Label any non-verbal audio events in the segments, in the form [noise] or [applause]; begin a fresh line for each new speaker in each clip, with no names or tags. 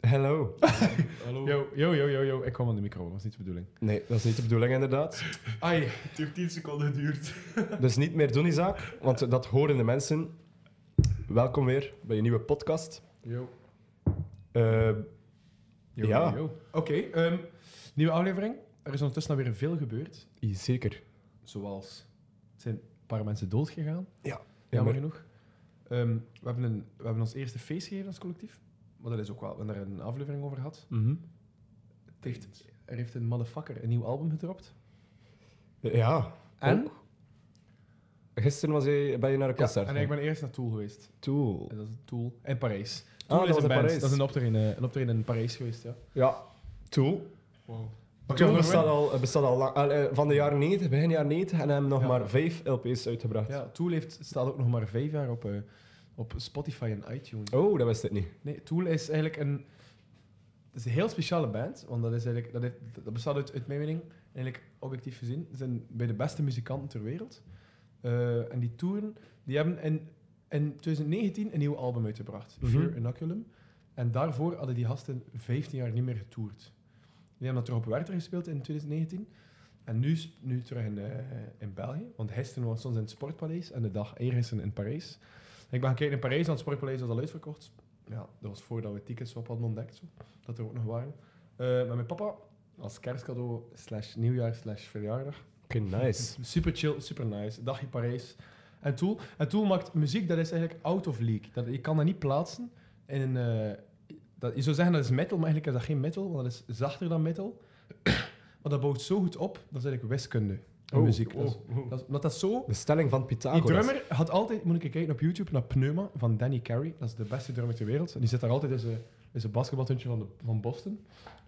Hello.
Hallo.
Yo, yo, yo, yo, yo. Ik kwam aan de micro, dat was niet de bedoeling.
Nee, dat is niet de bedoeling inderdaad.
Ai,
Het heeft 10 seconden geduurd.
Dus niet meer doen die zaak, want dat horen de mensen. Welkom weer bij je nieuwe podcast.
yo.
Eh,
Yo,
Ja.
yo, yo. Oké, ehm, nieuwe aflevering. Er is ondertussen alweer veel gebeurd.
zeker.
Zoals, er zijn een paar mensen doodgegaan, jammer
Jammer.
genoeg. Ehm, we, hebben een, we hebben ons eerste feest gegeven als collectief. Maar dat is ook wel, we hebben daar een aflevering over gehad.
Mhm.
Het heeft, er heeft een motherfucker een nieuw album gedropt.
Ja. Oh,
En?
Gisteren was je, ben je naar een concert.
Ja, en ik ben eerst naar Tool geweest.
Tool.
En dat is Tool. En Parijs. Tool
Ah,
is
dat was
een
in
band.
Parijs.
Dat is een optreden, eh, een optreden in Parijs geweest, ja.
Ja. Tool.
Wow.
Tool bestaat al, bestaat al lang. eh, eh, van de jaren 90, begin jaren 90, en hebben nog
Ja.
maar vijf LP's uitgebracht.
Ja, Tool heeft, staat ook nog maar vijf jaar op, eh, op Spotify en iTunes.
Oh, dat wist ik niet.
Nee, Tool is eigenlijk een, het is een heel speciale band, want dat, is eigenlijk, dat, heeft- dat bestaat uit, uit mijn mening, eigenlijk objectief gezien, zijn bij de beste muzikanten ter wereld. Eh, en die toeren, die hebben in, in 2019 een nieuw album uitgebracht,
Mhm.
Fear Inoculum. En daarvoor hadden die gasten 15 jaar niet meer getoerd. Die hebben dat terug op Werther gespeeld in 2019. En nu, sp- nu terug in, eh, in België. Want gisteren was soms in het Sportpaleis en de dag eergisteren in Parijs. Ik ben gaan kijken in Parijs, want het Sportpaleis was al uitverkocht. Ja, dat was voordat we tickets op hadden ontdekt. Zo. Dat er ook nog waren. Eh, maar mijn papa, als kerstcadeau, slash nieuwjaar, slash verjaardag.
Oké, nice.
Super chill, super nice. Dagje Parijs. En Tool. En Tool maakt muziek, dat is eigenlijk out of league. Dat, je kan dat niet plaatsen in een... eh, dat, je zou zeggen dat is metal, maar eigenlijk is dat geen metal, want dat is zachter dan metal. [coughs] maar dat bouwt zo goed op, dat is eigenlijk wiskunde. in
Oh,
muziek. Dat is-
Wow. wow.
dat is- omdat dat zo
De stelling van
die
Pythagoras.
drummer had altijd, moet ik een keer kijken op YouTube, naar Pneuma van Danny Carey. Dat is de beste drummer ter wereld. En die zit daar altijd in zijn, in zijn basketbaltuntje van, de, van Boston.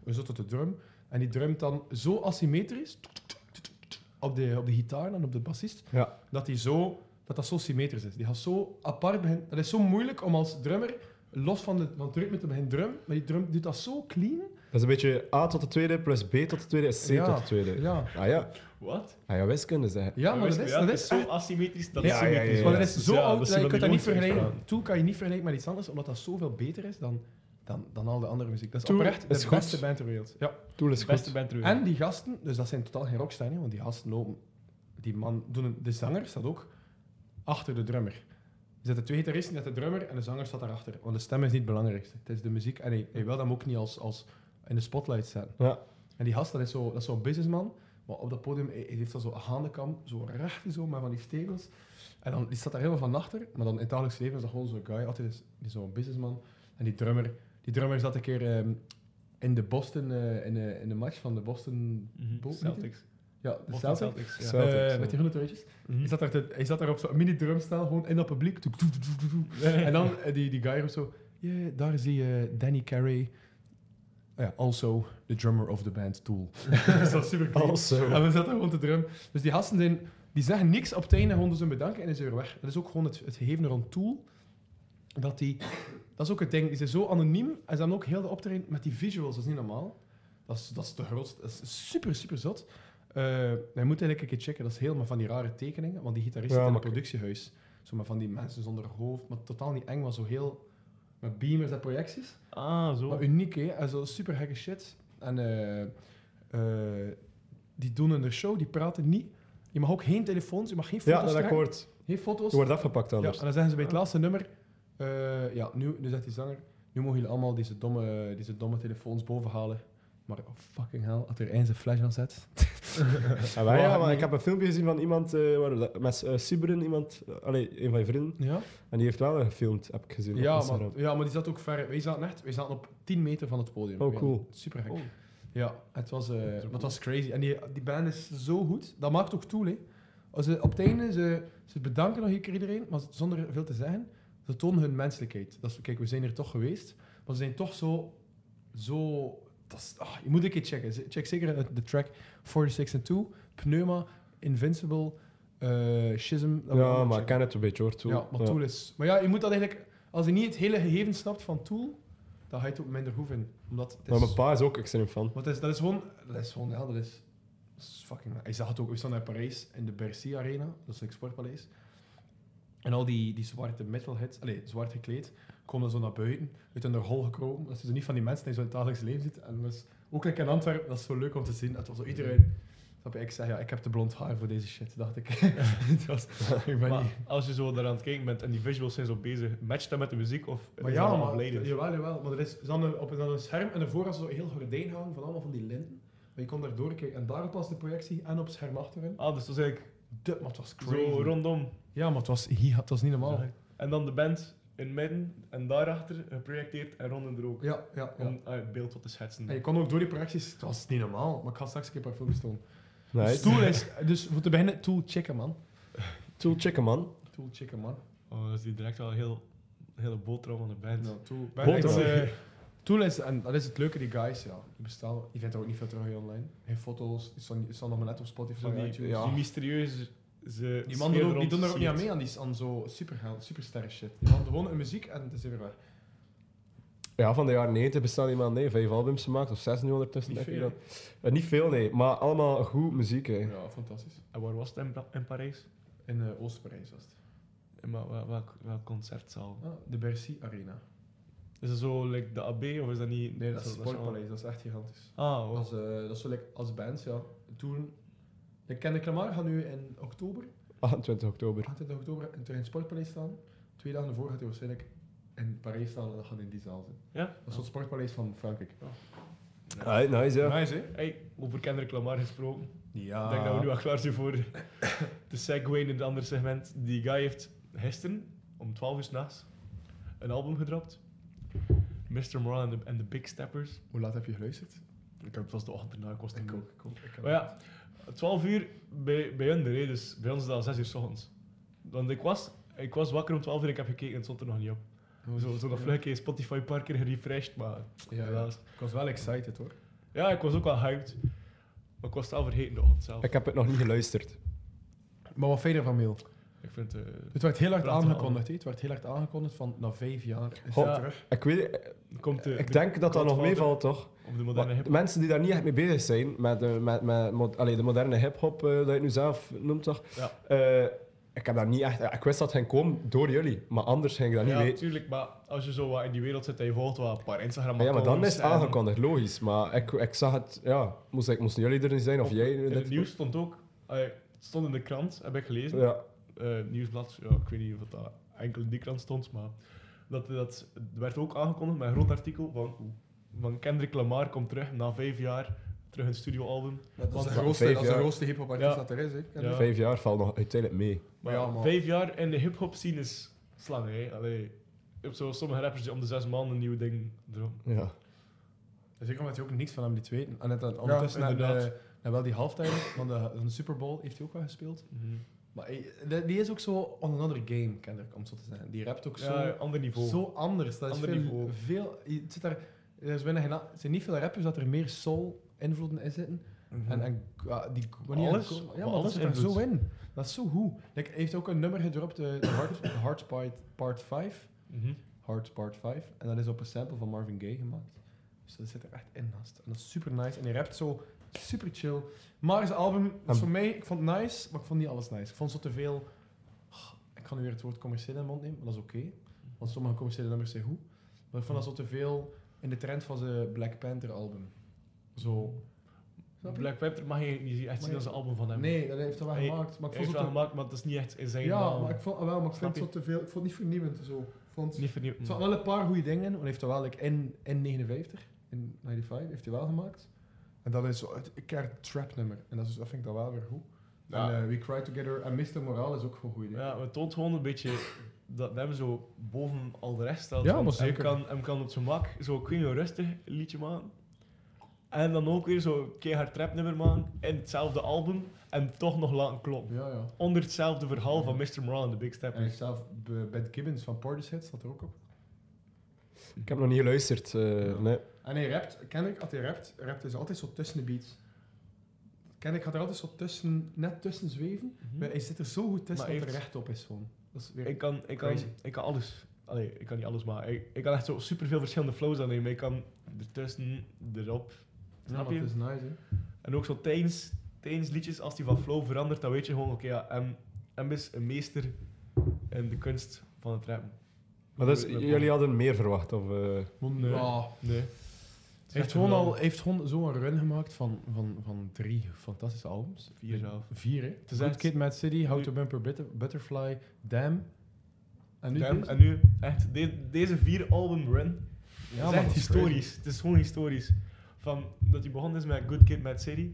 Hij zit tot de drum. En die drumt dan zo asymmetrisch op de, op de gitaar en op de bassist,
Ja.
dat, die zo, dat dat zo symmetrisch is. Die gaat zo apart beginnen. Dat is zo moeilijk om als drummer, los van, de, van het ritme te beginnen drum, maar die drum doet dat zo clean.
Dat is een beetje A tot de tweede, plus B tot de tweede, is C
Ja.
tot de tweede.
Ja,
Ah ja,
Wat?
ah, ja wiskunde zeg.
ja maar dat is, dat is
zo
echt
asymmetrisch dat
Ja,
het
ja, ja,
symmetrisch
ja.
Maar dat
wordt.
is
Dus
zo
ja,
oud,
dat
dat je
zullen
kunt
we
dat niet
nooit
vergelijken.
verstaan.
Tool kan je niet vergelijken met iets anders, omdat dat zoveel beter is dan, dan, dan al de andere muziek. Dat is
Tool
oprecht de
is goed.
beste band ter wereld. Ja.
Tool is
De
goed.
beste band ter wereld.
En die gasten, dus dat zijn totaal geen rocksterren, hè, want die gasten lopen... Die man, doen een- de zanger staat ook achter de drummer. Er zitten twee gitaristen, net de drummer en de zanger staat daarachter. Want de stem is niet het belangrijkste. Het is de muziek. En hij, hij wil hem ook niet als, als in de spotlight zetten.
Ja.
En die gast, dat is zo- dat is zo'n businessman. Maar op dat podium hij, hij heeft dat zo een handenkam, zo recht zo, maar van die stegels. En dan, die staat daar helemaal van achter. Maar dan in het dagelijks leven is dat gewoon zo'n guy, altijd is- die is zo'n businessman. En die drummer, die drummer zat een keer ehm, in de Boston, eh, in, de, in de match van de Boston,
Mhm.
Bo-
Celtics.
ja, de
Boston
Celtics. Hm.
ja.
Celtics,
Eh,
ja.
met die hundertruitjes.
Mhm.
Hij, zat daar te- hij zat daar op zo'n mini-drumstijl, gewoon in dat publiek. Toek, toek, toek, toek, toek. En dan eh, die, die guy roept zo... "Yeah, daar zie je Danny Carey. Oh Ja, also the drummer of the band Tool. dat [laughs] is super cool.
Also.
En we zaten gewoon te drum. Dus die gasten zijn, die zeggen niks op het einde, gewoon dus een bedanken en is weer weg. Dat is ook gewoon het, het gegeven rond Tool. Dat, die, dat is ook het ding. Die zijn zo anoniem en ze hebben ook heel de optreden met die visuals. Dat is niet normaal. Dat is, dat is de grootste. Dat is super, super zot. Eh, je moet eigenlijk een keer checken. Dat is helemaal van die rare tekeningen. Want die gitarist
Ja,
zit in een
maar-
productiehuis. Zo maar van die mensen zonder hoofd. Maar totaal niet eng, maar zo heel... Met beamers en projecties.
Ah, zo.
Maar uniek, hè? En zo super gekke shit. En eh, eh, die doen in de show, die praten niet. Je mag ook geen telefoons, je mag geen
Ja,
foto's
dat heb ik
trekken.
gehoord.
Geen foto's.
Je wordt afgepakt
ja, en dan
anders.
zeggen ze bij het laatste nummer... eh, ja, nu, nu zegt die zanger... Nu mogen jullie allemaal deze domme, deze domme telefoons bovenhalen. Maar oh, fucking hell, had er eens een flash aan zet.
En Ah, wij,
Wow,
ja, maar
nee.
ik heb een filmpje gezien van iemand, eh, waar, dat- met eh, Sibren, iemand, eh, allee, een van je vrienden,
Ja,
en die heeft wel gefilmd, heb ik gezien. op
ja, maar,
Instagram.
ja, maar die zat ook ver. Wij zaten echt wij zaten op 10 meter van het podium.
Oh,
Ja,
cool.
Super gek.
Oh.
Ja, het was, eh,
is ook
maar het was crazy. En die, die band is zo goed. Dat maakt ook toe, hè. Als ze, op het einde, ze, ze bedanken nog een keer iedereen, maar ze- zonder veel te zeggen. Ze tonen hun menselijkheid. Dat is, kijk, we zijn er toch geweest, maar ze zijn toch zo... zo dat is, ah, je moet een keer checken. Ze- Check zeker de, de track 46 and 2, Pneuma, Invincible, eh Schism. dat moet je
Ja,
allemaal
maar ik
checken.
ken het een beetje hoor, Tool.
Ja, maar Tool is... Maar ja, je moet dat eigenlijk... Als je niet het hele gegeven snapt van Tool, dan ga je het ook minder goed vinden. Omdat het
Maar
is-
mijn pa is ook extreem fan.
want dat is, dat is gewoon, dat is gewoon, ja, dat is, dat is fucking. Ik zag het ook, we stonden in Parijs in de Bercy Arena, dat is het sportpaleis. En al die, die zwarte metalheads, allee, zwart gekleed, komen zo naar buiten, uit hun hol gekropen. Dat zijn zo niet van die mensen die zo in het dagelijks leven zitten. En dat is ook like in Antwerpen, dat is zo leuk om te zien. Dat was zo iedereen... Snap je? Ik zeg, ja, ik heb te blond haar voor deze shit,
[laughs]
dacht ik. [laughs] Het was, ik ben niet...
Maar als je zo daar aan het kijken bent en die visuals zijn zo bezig, matcht dat met de muziek of
Maar
is
ja,
dat
maar,
afleidend?
jawel, jawel. Maar er is dan een, op dan een scherm en ervoor was zo een heel gordijn hangen van allemaal van die linten. Maar je kon daar doorkijken. En daarop was de projectie en op het scherm achterin.
Ah, dus dat is eigenlijk
Dup, maar het was crazy.
zo rondom.
Ja, maar het was, hier, het was niet normaal.
Zeg ik. En dan de band in het midden en daarachter geprojecteerd en rondom er ook.
Ja, ja, ja.
Om ah, het beeld wat te schetsen.
En je kon ook door die projecties... Het was niet normaal. Maar ik ga straks een keer een paar filmpjes tonen. Dus
Nice.
Tool is... Dus voor te beginnen, Tool checken, man.
Tool checken, man.
Tool checken, man.
Oh, dat is die direct wel een heel, hele boterham aan de band.
Nou, Tool...
Ben
Bolt
echt,
wel.
eh,
Tool is... En dat is het leuke, die guys, ja. Die bestaan... Je vindt er ook niet veel terug online. Geen foto's. Het staan- het staan nog maar net op Spotify,
zo die,
iTunes.
die mysterieuze ze
Die man doen ook, die doen er ook niet aan mee aan, die, aan zo superheld, supersterren shit. Die man gewoon een muziek en het is weer weg.
Ja, van de jaren 90 bestaan die man nee, vijf albums gemaakt of zes nu ondertussen.
Niet
denk ik
veel,
dan. Eh, niet veel, nee. Maar allemaal goed muziek, hè.
Ja, fantastisch.
En waar was het in, Bra- in Parijs?
In eh Oost-Parijs was het.
In wa- wa- welk, welk concertzaal?
Ah, de Bercy Arena.
Is dat zo like, de AB of is dat niet?
Nee, dat is het
zo-
Sportpaleis, dat is echt gigantisch.
Ah,
Dat
wow.
is, eh, dat is zo like, als band, ja. Toen, de Kende Klamar gaat nu in oktober,
28 Ah, oktober.
28 oktober, in het Sportpaleis staan. Twee dagen ervoor gaat hij waarschijnlijk in Parijs staan en dan gaat hij in die zaal zijn.
Ja?
Dat is het Sportpaleis van Frankrijk.
Alright, nice, ja.
Nice, hè?
Hey, over Kendrick Lamar gesproken.
Ja.
Ik denk dat we nu al klaar zijn voor [laughs] de segue in het andere segment. Die guy heeft gisteren, om 12 uur s'nachts, een album gedropt. Mr. Moran en de- en de Big Steppers.
Hoe laat heb je geluisterd?
Ik heb pas de ochtend erna, ik was het niet meer.
ik ook. Ik kan
Maar ja, 12 uur bij, bij hun, hè, dus bij ons is dat al 6 uur s ochtends. Want ik was, ik was wakker om 12 uur, ik heb gekeken en het stond er nog niet op. Zo, zo nog vlug keer Spotify een paar keer gerefreshed, maar
Ja, ja.
helaas.
Ik was wel excited hoor.
Ja, ik was ook wel hyped. Maar ik was het al vergeten de ochtend zelf.
Ik heb het nog niet geluisterd.
Maar wat verder van mail?
Ik vind het... eh,
Het werd heel hard
Prachtig
aangekondigd. hè. Het werd heel hard aangekondigd van na vijf jaar is
Goh,
het terug.
Ik, weet,
komt eh, de-
ik
de
denk dat dat nog
Godfather
meevalt, toch?
Of de moderne
Maar
hip
de mensen die daar niet echt mee bezig zijn, met, eh, met, met, mod- allee, de moderne hip-hop, eh, dat je het nu zelf noemt, toch?
Ja.
Eh, ik heb daar niet echt... ja, Ik wist dat het ging komen door jullie, maar anders ging ik dat niet
ja,
weten.
natuurlijk, maar als je zo wat in die wereld zit en je volgt wat een paar Instagram
Ja, maar dan is het
accounts en
aangekondigd, logisch. Maar ik, ik zag het, ja, moest, ik- moesten jullie er niet zijn of
op-
jij?
In
dit-
het nieuws stond ook, eh, het stond in de krant, heb ik gelezen.
Ja,
eh, nieuwsblad, ja, ik weet niet of dat enkel in die krant stond, maar dat, dat werd ook aangekondigd met een groot artikel van, van Kendrick Lamar komt terug na vijf jaar, terug een studioalbum.
Dat is
Want
de
ja,
grootste,
vijf
dat is de
jaar.
grootste hip-hop artiest
Ja.
dat er is. Hè.
Ja.
vijf jaar valt nog uiteindelijk mee.
Maar
Ja, man.
vijf jaar in de hip-hop scene is slang, hè. Allee, je hebt zo sommige rappers die om de zes maanden een nieuw ding dromen.
Ja.
Dus ik omdat hij ook niks van hem niet weten. En het, dan ondertussen
Ja,
naar
inderdaad.
de- naar wel die halftime van de, van de Super Bowl heeft hij ook wel gespeeld.
Mhm.
Maar hij- de- die is ook zo on another game, Kendrick, om het zo te zeggen. Die rapt ook
Ja,
zo,
ander niveau.
zo anders. Dat is
Ander
veel,
niveau.
veel, je- het zit daar, er, is bijna geen, a- er zijn niet veel rappers dat er meer soul-invloeden in zitten. En, en ja, die wanneer
Hmm. Alles?
Ja, maar
Alles
alles dat zit er
invloed.
zo in. Dat is zo goed. Like, hij heeft ook een nummer gedropt, eh, de Heart, Heart Part, part 5.
Mhm.
Heart Part 5. En dat is op een sample van Marvin Gaye gemaakt. Dus dat zit er echt in naast. En dat is super nice. En hij rapt zo super chill. Maar zijn album, dat is
En-
voor mij, ik vond het nice, maar ik vond niet alles nice. Ik vond zo te veel. Ik ga nu weer het woord commercieel in de mond nemen, maar dat is oké. Want sommige commerciële nummers zijn goed. Maar ik vond dat zo te veel in de trend van zijn Black Panther album. Zo. Snap je?
Black Panther mag je niet echt
Maar
zien
je-
als een album van hem.
Nee, dat heeft hij wel
Hij-
gemaakt. Maar ik
Hij heeft
vond het
wel
ook-
gemaakt, maar dat is niet echt in zijn
ja,
naam.
maar ik vond, ah, wel, maar ik
Snap
vond het zo te veel. Ik vond het niet vernieuwend. Zo. Ik vond,
Niet vernieuwd.
er zaten wel een paar goede dingen in. Want hij heeft er wel like, in, in 59, in 95, heeft hij wel gemaakt. En dat is zo het een keihard trap nummer. En dat, is, dat vind ik dan wel weer goed.
Ja.
En eh, We Cry Together en Mr. Morale is ook gewoon goede dingen.
Ja, het toont gewoon een beetje dat hem zo boven al de rest staat.
Ja,
Want
maar zeker.
Hem kan, hem kan op zijn mak zo kun je rustig een liedje maken. En dan ook weer zo'n keihard trapnummer maken in hetzelfde album en toch nog laten kloppen.
Ja, ja.
Onder hetzelfde verhaal van Mr. Moran en de
En
Big
hij
Steppers.
heeft zelf B- Ben Gibbons van Portishead staat er ook op.
Ik heb nog niet geluisterd. eh,
Ja.
nee.
En hij rapt, kennelijk, als hij rapt, rapt hij zo altijd zo tussen de beats. Kennelijk gaat er altijd zo tussen, net tussen zweven. Maar hij zit er zo goed tussen
Hm. Maar
dat er
heeft-
recht op is gewoon. Dat is weer...
Mhm. Ik kan, ik, kan,
Crazy.
ik kan alles. Allee, ik kan niet alles, maar ik, ik kan echt zo superveel verschillende flows aannemen. Ik kan ertussen, erop.
ja,
Snap
maar
je?
het is nice, hè.
En ook zo tijdens, tijdens liedjes, als die van flow verandert, dan weet je gewoon, oké, ja, M, M is een meester in de kunst van het rappen.
Maar dus, jullie hadden meer verwacht? Of, eh,
Nee.
Ah,
Nee.
Hij heeft gewoon al hij heeft gewoon zo'n run gemaakt van, van, van drie fantastische albums.
Vier zelf.
Vier, hè?
is
Good
echt-
Kid, Mad City, How
nu-
to Bumper Butter- Butterfly, Damn. En nu dus?
Damn,
deze?
en nu, echt, de- deze vier album run
Ja,
is
man,
echt
dat is
historisch. Het is gewoon historisch. Van dat hij begon is met Good Kid, Mad City,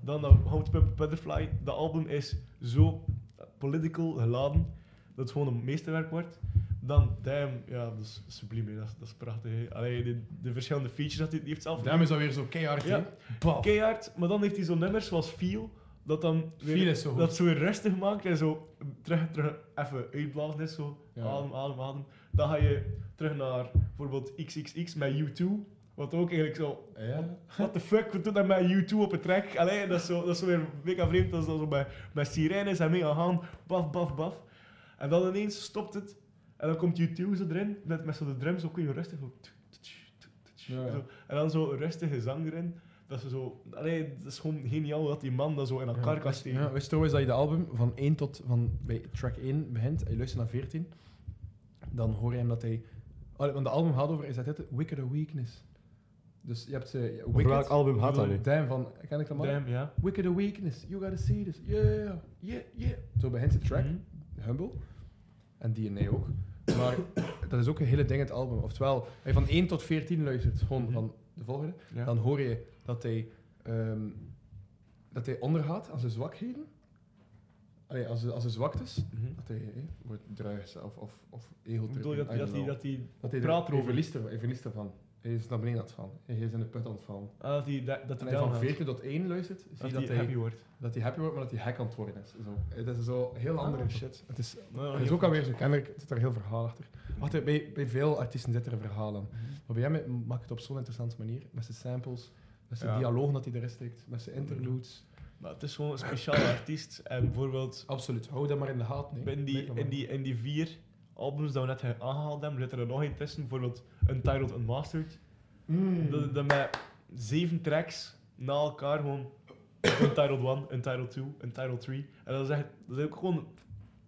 dan dat How to Pimp a Butterfly. Dat album is zo political geladen dat het gewoon een meesterwerk wordt. Dan Damn, ja, dat is subliem, hè. dat is, dat is prachtig. hè. Allee, de, de verschillende features dat hij die heeft zelf.
Damn is alweer zo keihard,
Ja.
hè? Bam.
Keihard, maar dan heeft hij zo'n nummers zoals Feel, dat dan weer,
Feel is zo goed.
dat zo weer rustig maakt en zo terug, terug even uitblazen is, zo
Ja.
adem, adem, adem. Dan ga je terug naar bijvoorbeeld XXX met U2, wat ook eigenlijk zo,
Ja.
what the fuck, wat doet dat met U2 op een track? Allee, dat is zo, dat is zo weer mega vreemd, dat is dan zo bij, met sirenes en mee aan gaan, baf, baf, baf. En dan ineens stopt het, en dan komt U2 zo erin, met, met zo de drums, zo kun je rustig zo...
Ja.
Zo. En dan zo een rustige zang erin. Dat ze zo... Allee, het is gewoon geniaal dat die man dat zo in elkaar kan steken.
Ja, wist je trouwens dat je de album van 1 tot van bij track 1 begint, en je luistert naar 14, dan hoor je hem dat hij. Allee, want de album gaat over, is dat het Wicked a Weakness. Dus je hebt ze
over welk
Wicked,
album gaat dat nu?
Damn van, ken ik dat maar?
Damn, ja.
Wicked a Weakness, you gotta see this, yeah, yeah, yeah. Zo begint de track,
Mhm.
Humble, en DNA ook. Maar [coughs] dat is ook een hele ding in het album. Oftewel, als je van 1 tot 14 luistert, gewoon
Mhm.
van de volgende,
Ja.
dan hoor je dat hij, ehm, dat hij ondergaat aan zijn zwakheden. Allee, als, als zijn zwaktes.
Mhm.
Dat hij eh, wordt druis of, of, of ego
Ik bedoel, dat, dat, die, dat, die,
dat hij
praat
praat
erover.
erover. Verliest, er, hij verliest ervan. Hij is naar beneden aan het gaan. Hij is in de put aan het vallen.
ah, dat die, dat, dat
Als
die
hij van
down gaat.
14 tot 1 luistert, zie
Dat
je dat
die happy
hij,
wordt.
dat hij happy wordt, maar dat hij hack aan het worden is. Zo. Het is zo heel
Ah,
andere shit. Het is,
Nou,
het is
heel
ook alweer
goed.
zo kennelijk, zit er heel verhaal achter. Wat, eh, bij, bij veel artiesten zit er een verhaal aan.
Mhm.
Maar bij hem maakt het op zo'n interessante manier. Met zijn samples, met zijn
Ja.
dialogen dat hij erin steekt, met zijn interludes.
Maar het is gewoon een speciaal artiest. En bijvoorbeeld,
Absoluut, hou dat maar in de gaten. hè.
in die,
Blijf dat
in
maar.
die, in die vier albums die we net ge- aangehaald hebben, zit er er nog één tussen. Bijvoorbeeld Untitled Unmastered.
Mm.
Dat, dat met zeven tracks na elkaar gewoon [coughs] Untitled 1, Untitled 2, Untitled 3. En dat is echt, dat is ook gewoon,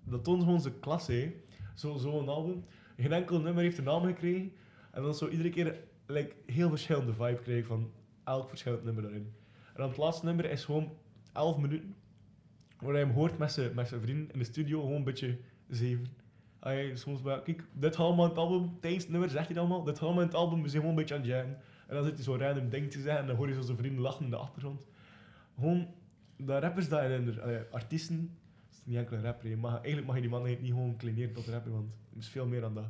dat toont gewoon zijn klasse, hè. Zo- Zo'n album. Geen enkel nummer heeft een naam gekregen. En dan zo iedere keer like, heel verschillende vibe krijgen van elk verschillend nummer daarin. En dan het laatste nummer is gewoon 11 minuten, waar hij hem hoort met zijn, met zijn vrienden in de studio, gewoon een beetje zeven. Hij soms bij, kijk, dit gaat allemaal in het album, tijdens het nummer zegt hij dat allemaal, dit gaat allemaal in het album, we zijn gewoon een beetje aan het jammen. En dan zit hij zo'n random ding te zeggen en dan hoor je zo zijn vrienden lachen in de achtergrond. Gewoon, de rappers dat in de eh, artiesten, het is niet enkel een rapper, je mag, eigenlijk mag je die man eigenlijk niet gewoon klineren tot rapper, want het is veel meer dan dat.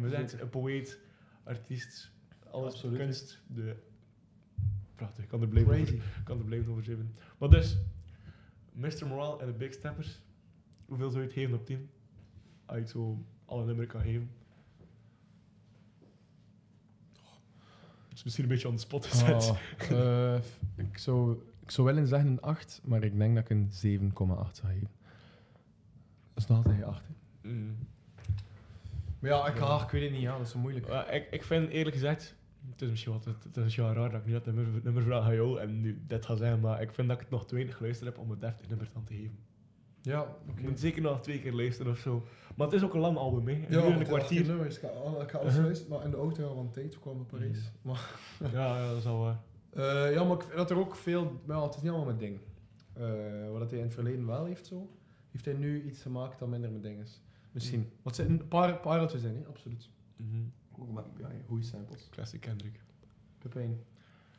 we zijn een poëet, artiest, alles
Absoluut.
kunst, de... Prachtig, ik kan er blijven over,
Crazy.
ik kan er blijven over zitten. Maar dus, Mr. Morale en de Big Steppers, hoeveel zou je het geven op 10? Als je het zo alle nummers kan geven. Het is misschien een beetje on the spot gezet.
Ah, [laughs] eh, ik, zou, ik zou wel in zeggen een 8, maar ik denk dat ik een 7,8 zou geven. Dat is nog altijd een 8. hè.
Mm.
Maar ja, ik, ah, ik weet het niet, ja, dat is zo moeilijk.
Maar ik, ik vind eerlijk gezegd, het is misschien wat, het is misschien wel raar dat ik nu dat nummer, nummer vraag aan jou en nu dit ga zeggen, maar ik vind dat ik het nog te weinig geluisterd heb om het deftig nummer dan te geven.
Ja, oké.
Ik moet zeker nog twee keer luisteren of zo. Maar het is ook een lang album, hè? Een uur en
want eh, de
een
achttien
kwartier.
nummers, ik ga, al- ik ga alles
Uh-huh.
luisteren, maar in de auto al want tijd, we kwamen naar Parijs. Maar,
Ja, ja, dat is al waar.
eh, ja, maar ik vind dat er ook veel... Maar ja, het is niet allemaal mijn ding. Eh, wat dat hij in het verleden wel heeft, zo, heeft hij nu iets gemaakt dat minder mijn ding is. Misschien. Wat zijn een paar, paar dat we zijn, hè? absoluut.
Mhm.
Ook met ja, goede samples.
Classic Kendrick.
Pepijn.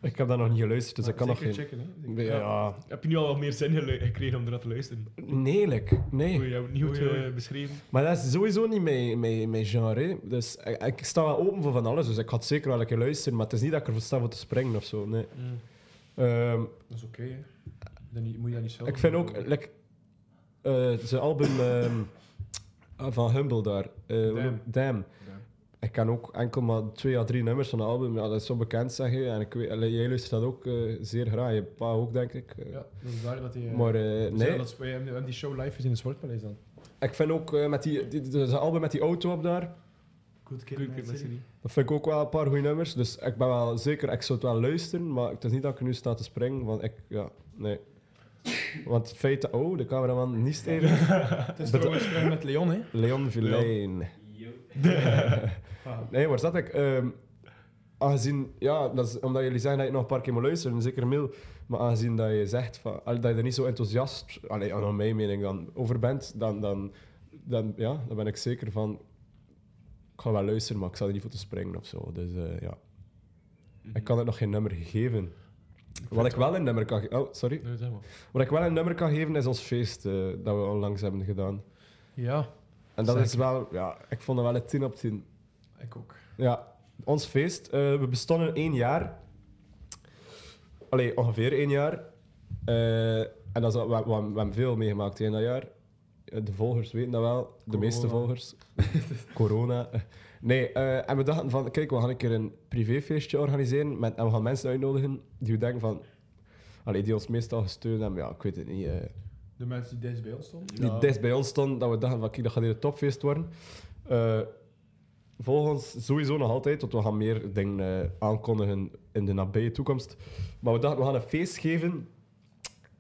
Ik heb Dus dat nog niet geluisterd, dus
Maar
ik kan nog
zeker
geen...
checken, hè?
Nee, Ja,
Heb je nu al wat meer zin gelu- gekregen om eraan te luisteren?
nee, like, nee.
Oei, je hebt het niet goed
Oei, oei.
eh, beschreven.
Maar dat is sowieso niet mijn, mijn, mijn genre. hè. Dus ik, ik sta wel open voor van alles, dus ik had zeker wel een keer luisteren, maar het is niet dat ik ervoor sta voor te springen of zo. Nee.
Mm.
Ehm,
Dat is oké, hè. Dan niet- moet je dat niet zelf
ik vind
doen.
ook, like, eh, zijn album ehm, ah, van Humble daar, eh, hoe
Damn.
noem- Damn.
Damn.
Ik kan ook enkel maar twee à drie nummers van het album, ja, dat is zo bekend zeg je. En ik weet, allee, jij luistert dat ook eh, zeer graag, je pa ook denk ik. Eh,
Ja, dat is waar dat hij... eh,
Maar eh,
we
nee,
zeiden Dat we hem- hem die show live is in het Sportpaleis dan.
ik vind ook eh, met die, die, die- zijn album met die auto op daar,
Good
Good Kid, Mad City.
Dat vind ik ook wel een paar goede nummers. Dus ik ben wel zeker, ik zou het wel luisteren, maar het is niet dat ik nu sta te springen. Want ik, ja, nee. Want het feit... Oh, de cameraman niet stevig.
Het is
Bet-
trouwens terug met Leon, hè?
Leon Villain. Nee, waar zat ik? Ehm, aangezien... Ja, dat is omdat jullie zeggen dat je nog een paar keer moet luisteren. Zeker Mil. Maar aangezien dat je zegt van, al- dat je er niet zo enthousiast... Allee, aan mijn mening dan, over bent, dan... dan dan, ja, dan ben ik zeker van... Ik ga wel luisteren, maar ik zal er niet voor te springen of zo. Dus eh, ja. Ik kan het nog geen nummer geven. Wat ik wel een nummer kan geven... Oh, sorry.
Nee, zeg maar.
Wat ik wel een nummer kan geven is ons feest eh, dat we onlangs hebben gedaan.
Ja,
En dat
Zeker.
is wel, ja, ik vond dat wel een 10 op 10.
ik ook.
Ja, ons feest. eh, we bestonden één jaar. Allee, ongeveer één jaar. Eh, en dat is, al- we, we- we hebben veel meegemaakt in dat jaar. Eh, De volgers weten dat wel, de
Corona.
meeste volgers. [laughs] Corona. Nee, eh, en we dachten van, kijk, we gaan een keer een privéfeestje organiseren. Met, en we gaan mensen uitnodigen die we denken van... Allee, die ons meestal gesteund hebben. Ja, ik weet het niet. eh,
De mensen die deze bij ons stonden.
die
Ja.
dicht bij ons stonden, dat we dachten van kijk, dat gaat hier een topfeest worden. Eh volg ons sowieso nog altijd, want we gaan meer dingen eh, aankondigen in de nabije toekomst. Maar we dachten, we gaan een feest geven.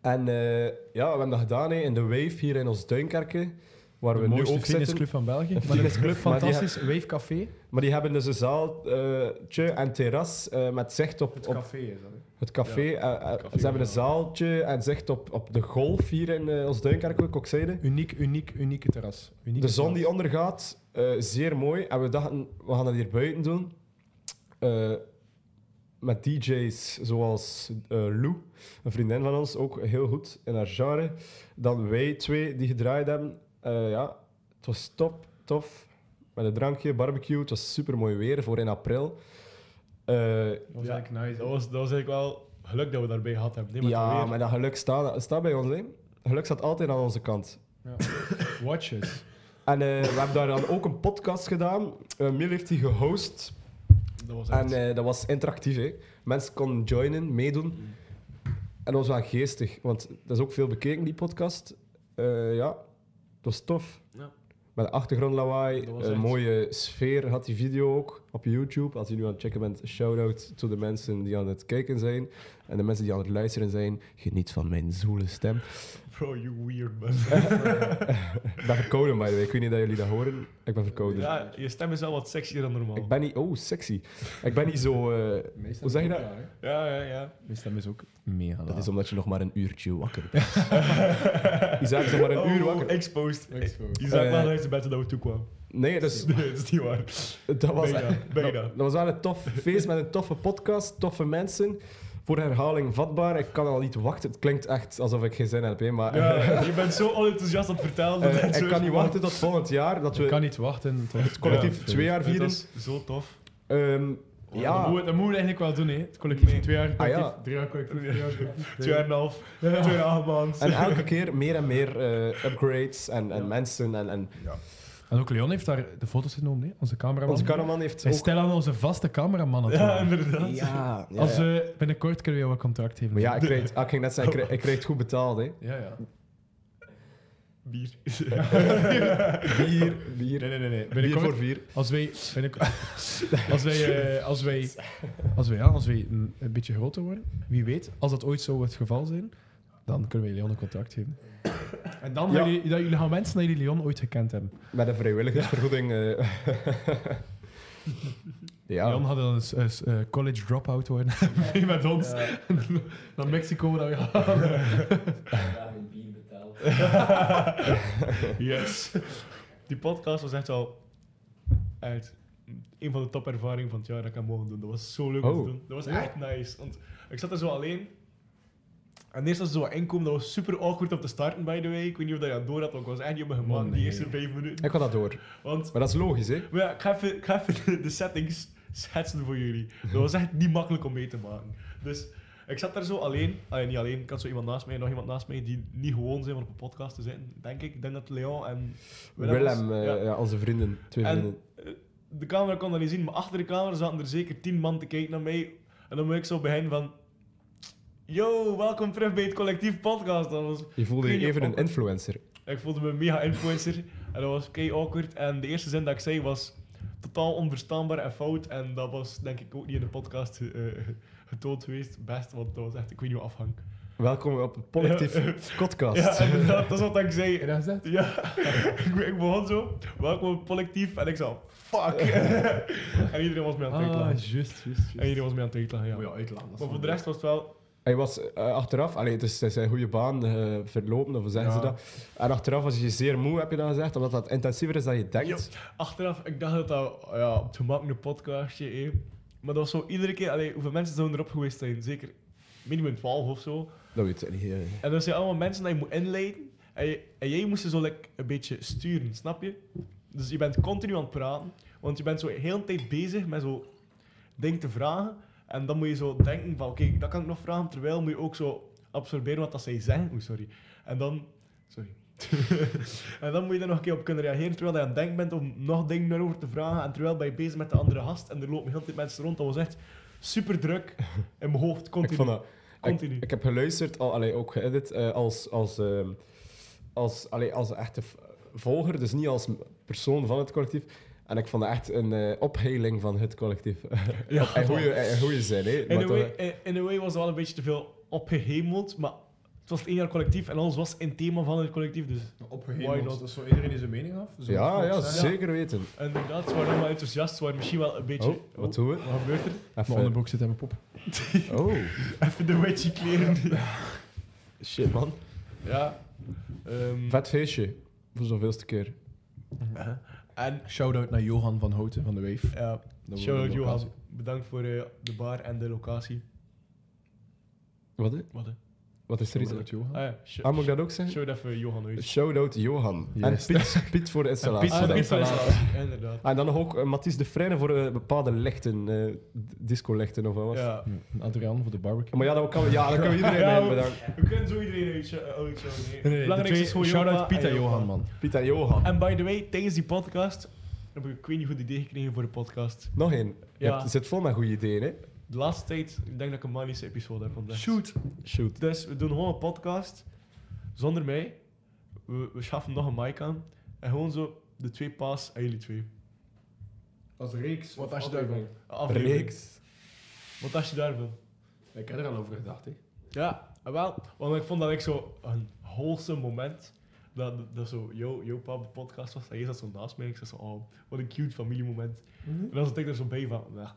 En eh, ja, we hebben dat gedaan hè, in de Wave hier in ons Duinkerken, waar we nu ook zitten.
club van België.
Maar dat is
club,
maar die
fantastisch. Wave Café.
Maar die hebben dus een zaal eh, tje en terras eh, met zicht op,
Het
op
café is dat, hè?
het café. Eh, eh,
café,
ze hebben een
ja.
zaaltje en zicht op, op de golf hier in eh, ons Duinkerken, wat ik ook zeiden.
Uniek, uniek, unieke terras. Unieke
De zon die
terras.
ondergaat, eh, zeer mooi. En we dachten, we gaan dat hier buiten doen. Eh, met DJ's zoals eh, Lou, een vriendin van ons, ook heel goed in haar genre. Dan wij twee die gedraaid hebben. Eh, ja, het was top, tof. Met een drankje, barbecue. Het was super mooi weer voor in april. Eh,
Dat was
Ja.
eigenlijk nice.
Dat
hè?
was, dat was eigenlijk wel geluk dat we daarbij gehad hebben. Nee, maar
ja,
dan weer.
maar dat geluk staat, staat bij ons. Hè. Geluk staat altijd aan onze kant.
Ja. Watches.
En eh, we hebben daar dan ook een podcast gedaan. Eh Miel heeft die gehost.
Dat was
En
echt...
eh, dat was interactief. Hè. Mensen konden joinen, meedoen.
Mm.
En dat was wel geestig, want dat is ook veel bekeken, die podcast. Eh, ja, dat was tof.
Ja.
Met achtergrondlawaai,
Dat
een
was echt-
mooie sfeer had die video ook op YouTube. Als je nu aan het checken bent, shout-out to de mensen die aan het kijken zijn. En de mensen die aan het luisteren zijn, geniet van mijn zoele stem.
Bro, you weird man.
Ik ben verkouden, by the way. Ik weet niet dat jullie dat horen. Ik ben verkouden.
Ja, je stem is wel wat sexier dan normaal.
Ik ben niet... Oh, sexy. Ik ben niet zo... eh,
[laughs] Meestal
Hoe zeg je dat?
Ja, ja, ja.
Meestal is ook mega
Dat is omdat je nog maar een uurtje wakker bent. [laughs] Isaac is nog maar een uur
Oh,
wakker.
Exposed.
Exposed.
Je zag
Eh.
wel uit de bed dat we toe kwam.
Nee, dus,
[laughs] Nee, dat is niet waar.
dat, was,
Bijna, bijna.
dat was wel een tof feest met een toffe podcast, toffe mensen. Voor herhaling vatbaar. Ik kan al niet wachten. Het klinkt echt alsof ik geen zin heb, hè, maar [laughs]
Ja, je bent zo onenthousiast aan het vertellen. dat
eh,
het zo
ik kan
is.
niet wachten tot volgend jaar dat
Ik
we
kan niet wachten tot
het collectief
Ja,
twee jaar
Het
vieren.
was zo tof.
Ehm,
Dat
ja,
moet, dat moet je eigenlijk wel doen, hè? Het collectief
Nee.
twee jaar collectief,
Ah, ja.
drie jaar collectief,
Ja.
drie jaar collectief.
Twee jaar en een half, twee en een half maand.
en elke keer meer en meer eh, upgrades en, en
Ja.
mensen. En, en
En ook Leon heeft daar de foto's genomen, hè? Onze cameraman.
onze cameraman heeft
Zij
ook...
stellen aan onze vaste cameraman aan het
Ja,
worden.
Ja,
inderdaad.
ja, ja.
Als eh, we binnenkort kunnen we jou een contract geven.
Maar ja, ik kreeg, het- ah, ik ging net zeggen, ik kreeg, ik kreeg het goed betaald, hè.
ja, ja.
Bier. [laughs]
Bier, bier.
Nee, nee, nee. nee.
Bier
Binnenkort,
voor vier.
als wij, binnenko- als wij, eh, als wij, als wij, ja, als wij een, een beetje groter worden, wie weet, als dat ooit zo het geval zijn, dan kunnen wij Leon een contract geven. En dan
Ja.
gaan jullie, dat jullie gaan mensen dat jullie Leon ooit gekend hebben.
Met een vrijwilligersvergoeding. eh.
[laughs]
ja.
Leon had dan een, s- een, eh, college dropout worden Mee met ons naar Mexico. Dat we gaan.
Vandaag een bier betaald.
yes. Die podcast was echt wel echt een van de topervaringen van het jaar dat ik heb mogen doen. Dat was zo leuk om
Oh.
te doen. Dat was
Ja?
echt nice. Want ik zat er zo alleen. En eerst als ze zo inkomen, dat was super awkward om te starten, by the way. Ik weet niet of dat je dat door had, want ik was echt niet op mijn gemak
Oh,
die
nee.
eerste vijf minuten.
Ik had dat door.
Want
Maar dat is logisch, hè?
maar ja, ik ga even, ik ga even de- de settings schetsen voor jullie. Dat was echt niet makkelijk om mee te maken. Dus ik zat daar zo alleen. Allee, niet alleen. Ik had zo iemand naast mij en nog iemand naast mij die niet gewoon zijn om op een podcast te zitten. Denk ik. Ik denk dat Leon en Willem was.
Willem, eh,
Ja.
ja, onze vrienden. Twee
En
vrienden.
eh, de camera kon dat niet zien, maar achter de camera zaten er zeker tien man te kijken naar mij. En dan ben ik zo bij hen van... Yo, welkom terug bij het collectief podcast. Dat was
Je voelde
kun
je
je
even een
ook-
influencer.
ik voelde me mega influencer en dat was kei awkward. En de eerste zin dat ik zei was totaal onverstaanbaar en fout. En dat was denk ik ook niet in de podcast eh, getoond geweest. Best, want dat was echt, ik weet niet hoe afhang.
Welkom op het Collectief Podcast.
[laughs] Ja, [laughs] inderdaad, dat is wat ik zei.
En dan zegt
Ja, [laughs] ik, ik begon zo, welkom op het collectief, en ik zei, fuck. [laughs] en iedereen was mij aan het
Ah,
uitlachen.
juist, juist, juist.
en iedereen was mij aan het uitlachen, ja.
Moet je
Maar
uitlaten. dat is
voor
wel-
de rest was het wel...
Hij was eh, achteraf, allee, het is het is zijn goede baan eh, verlopen, of hoe zeggen ze
Ja.
dat? En achteraf was je zeer moe, heb je dan gezegd, omdat dat intensiever is dan je denkt.
Achteraf, ik dacht dat dat ja, op het gemak een podcastje, eh. Maar dat was zo iedere keer, allee, hoeveel mensen zouden erop geweest zijn? Zeker minimum 12 of zo.
Dat weet ik niet. eh.
En dat zijn allemaal mensen die je moet inleiden. En, je- en jij moest ze zo like, een beetje sturen, snap je? Dus je bent continu aan het praten. Want je bent zo heel de tijd bezig met zo dingen te vragen. En dan moet je zo denken van, oké, dat kan ik nog vragen. Terwijl moet je ook zo absorberen wat dat zij zeggen. Oei, sorry. En dan... Sorry. [laughs] en dan moet je daar nog een keer op kunnen reageren terwijl je aan het denken bent om nog dingen daarover te vragen. En terwijl ben je bezig met de andere gast en er lopen heel de tijd mensen rond. Dat was echt super druk in mijn hoofd,
Ik
continu.
vond dat... Ik,
Continu.
ik heb geluisterd, al, allee, ook geëdit, eh, als, als, ehm, als, allee, als echte v- volger, dus niet als m- persoon van het collectief. En ik vond dat echt een eh opheling van het collectief. [laughs]
Ja,
en goede goede zin, hè.
In
Maar
a,
toch,
way, in- in a way was het wel een beetje te veel opgehemeld, maar het was het één jaar collectief en alles was in het thema van het collectief. Dus Why
Opgehemeld.
not?
Dat is zo iedereen die zijn mening af. Zo
ja,
moet
ja,
het zijn.
zeker weten.
inderdaad, ze waren allemaal enthousiast, ze waren misschien wel een beetje...
Oh, wat doen we?
Wat gebeurt er?
Mijn
[laughs]
Even,
onderbroek zit in mijn pop.
oh,
Even de wedgie kleren.
shit man.
ja. ehm,
Vet feestje, voor zoveelste keer.
En
Shout-out naar Johan van Houten van de Wave.
ja,
Dat was
shout-out
de
Johan.
locatie.
Bedankt voor eh, de bar en de locatie.
Wat, hè?
Wat hè?
wat is er iets?
Shout-out Johan.
Ah ja, sh-
Ah, moet ik dat ook zeggen?
shout even Johan uit.
Shout-out Johan.
Yes.
En Piet, Piet voor de installatie.
Ah,
Bedankt.
Piet van Installatie, inderdaad.
En dan nog ook eh, Mathies de Freine voor eh, bepaalde lichten, eh, disco-lichten of wat was het?
Ja.
Hm, Adriaan voor de barbecue.
Maar ja, dan kan, ja, dan
[laughs]
kan iedereen
Ja,
eh,
we-
bedanken.
We kunnen zo iedereen uit. uit- nee. Belangrijkste is gewoon
Shout-out
Johan
Piet en
en
Johan, man.
Piet en Johan.
En by the way, tijdens die podcast heb ik ik weet niet goed idee gekregen voor de podcast.
Nog één. Je
Ja.
hebt, zit vol met goede ideeën, hè?
De laatste tijd, ik denk dat ik een manische episode heb vandaag.
Shoot.
Dus we doen gewoon een podcast zonder mij. We, we schaffen nog een mic aan. En gewoon zo de twee paas en jullie twee.
Als reeks.
Wat
of
als je
aflevering?
daarvan? Een aflevering.
Reeks.
Wat als je daarvan?
Ik heb er al over gedacht, hè.
Ja, en wel. Want ik vond dat ik zo een wholesome moment. Dat, dat zo, yo, yo, pa op de podcast was. Hij zat zo naast mij. Ik zei zo, oh, wat een cute familiemoment.
Mhm.
En dan zat ik er zo bij van, "Nah,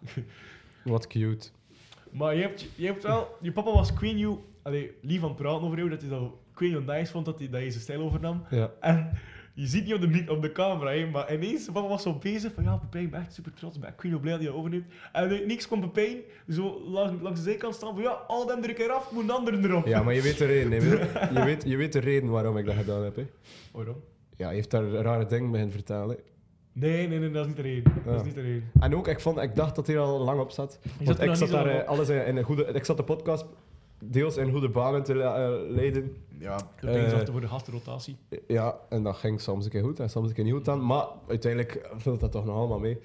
Wat cute.
Maar je hebt, je hebt wel... Je papa was Queen You... Allee, lief aan het praten over jou, dat hij dat Queen You nice vond, dat hij, dat hij zijn stijl overnam.
Ja.
En je ziet niet op de, mic- op de camera, hè, maar ineens, papa was zo bezig van... Ja, Pepijn, ik ben echt super trots. Ik ben Queen You blij dat je dat overneemt. En uit niks komt Pepijn zo langs, langs de zijkant staan van... Ja, al hem er een keer af, moet een ander erop.
Ja, maar je weet de reden, hè, Wil. je, weet, je weet de reden waarom ik dat gedaan heb, hè?
Waarom?
Ja, je heeft daar rare dingen bij hen vertalen.
Nee, nee, nee, dat is niet de reden.
Ja.
Dat is niet de reden.
En ook, ik, vond, ik dacht dat hij er al lang op zat.
zat
Want
er
ik
nog
zat
niet zo
daar
lang
eh, alles in, in een goede... Ik zat de podcast deels in goede banen te la- eh, leiden.
Ja.
eh,
Pepijn zorgde voor de gastenrotatie.
Ja, en dat ging soms een keer goed en soms een keer niet goed aan. Maar uiteindelijk vult dat toch nog allemaal mee.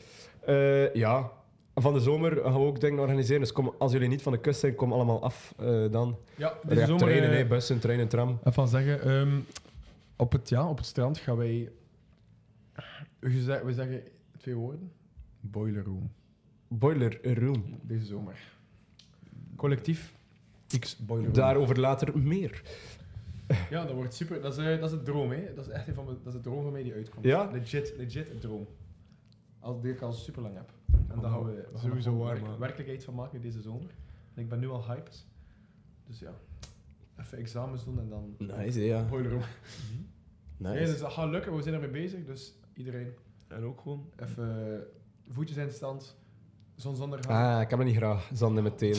Eh, ja, van de zomer gaan we ook dingen organiseren. Dus kom, als jullie niet van de kust zijn, kom allemaal af eh, dan.
Ja,
Je hebt treinen,
eh,
hè, bussen, treinen, tram.
Even zeggen, ehm, op, het, ja, op het strand gaan wij... We zeggen, we zeggen twee woorden. Boiler room.
Boiler room.
Deze zomer. Collectief. X boiler room.
Daarover later meer.
Ja, dat wordt super. Dat is, eh, dat is een droom, hè. Dat is echt een van mijn, dat is de droom van mij die uitkomt.
Ja?
Legit, legit een droom. Als, die ik al super lang heb. En daar
Oh,
gaan we, we gaan er
sowieso
gewoon
waar,
werk-
man.
werkelijkheid van maken deze zomer. En ik ben nu al hyped. Dus ja. Even examens doen en dan...
Nice, ja.
Boiler room. Nee, dus
Nice.
dat gaat lukken. We zijn ermee bezig. Dus iedereen
En ook gewoon...
even voetjes in stand. Zonsondergang.
Ah, ik heb het niet graag. Zanden meteen.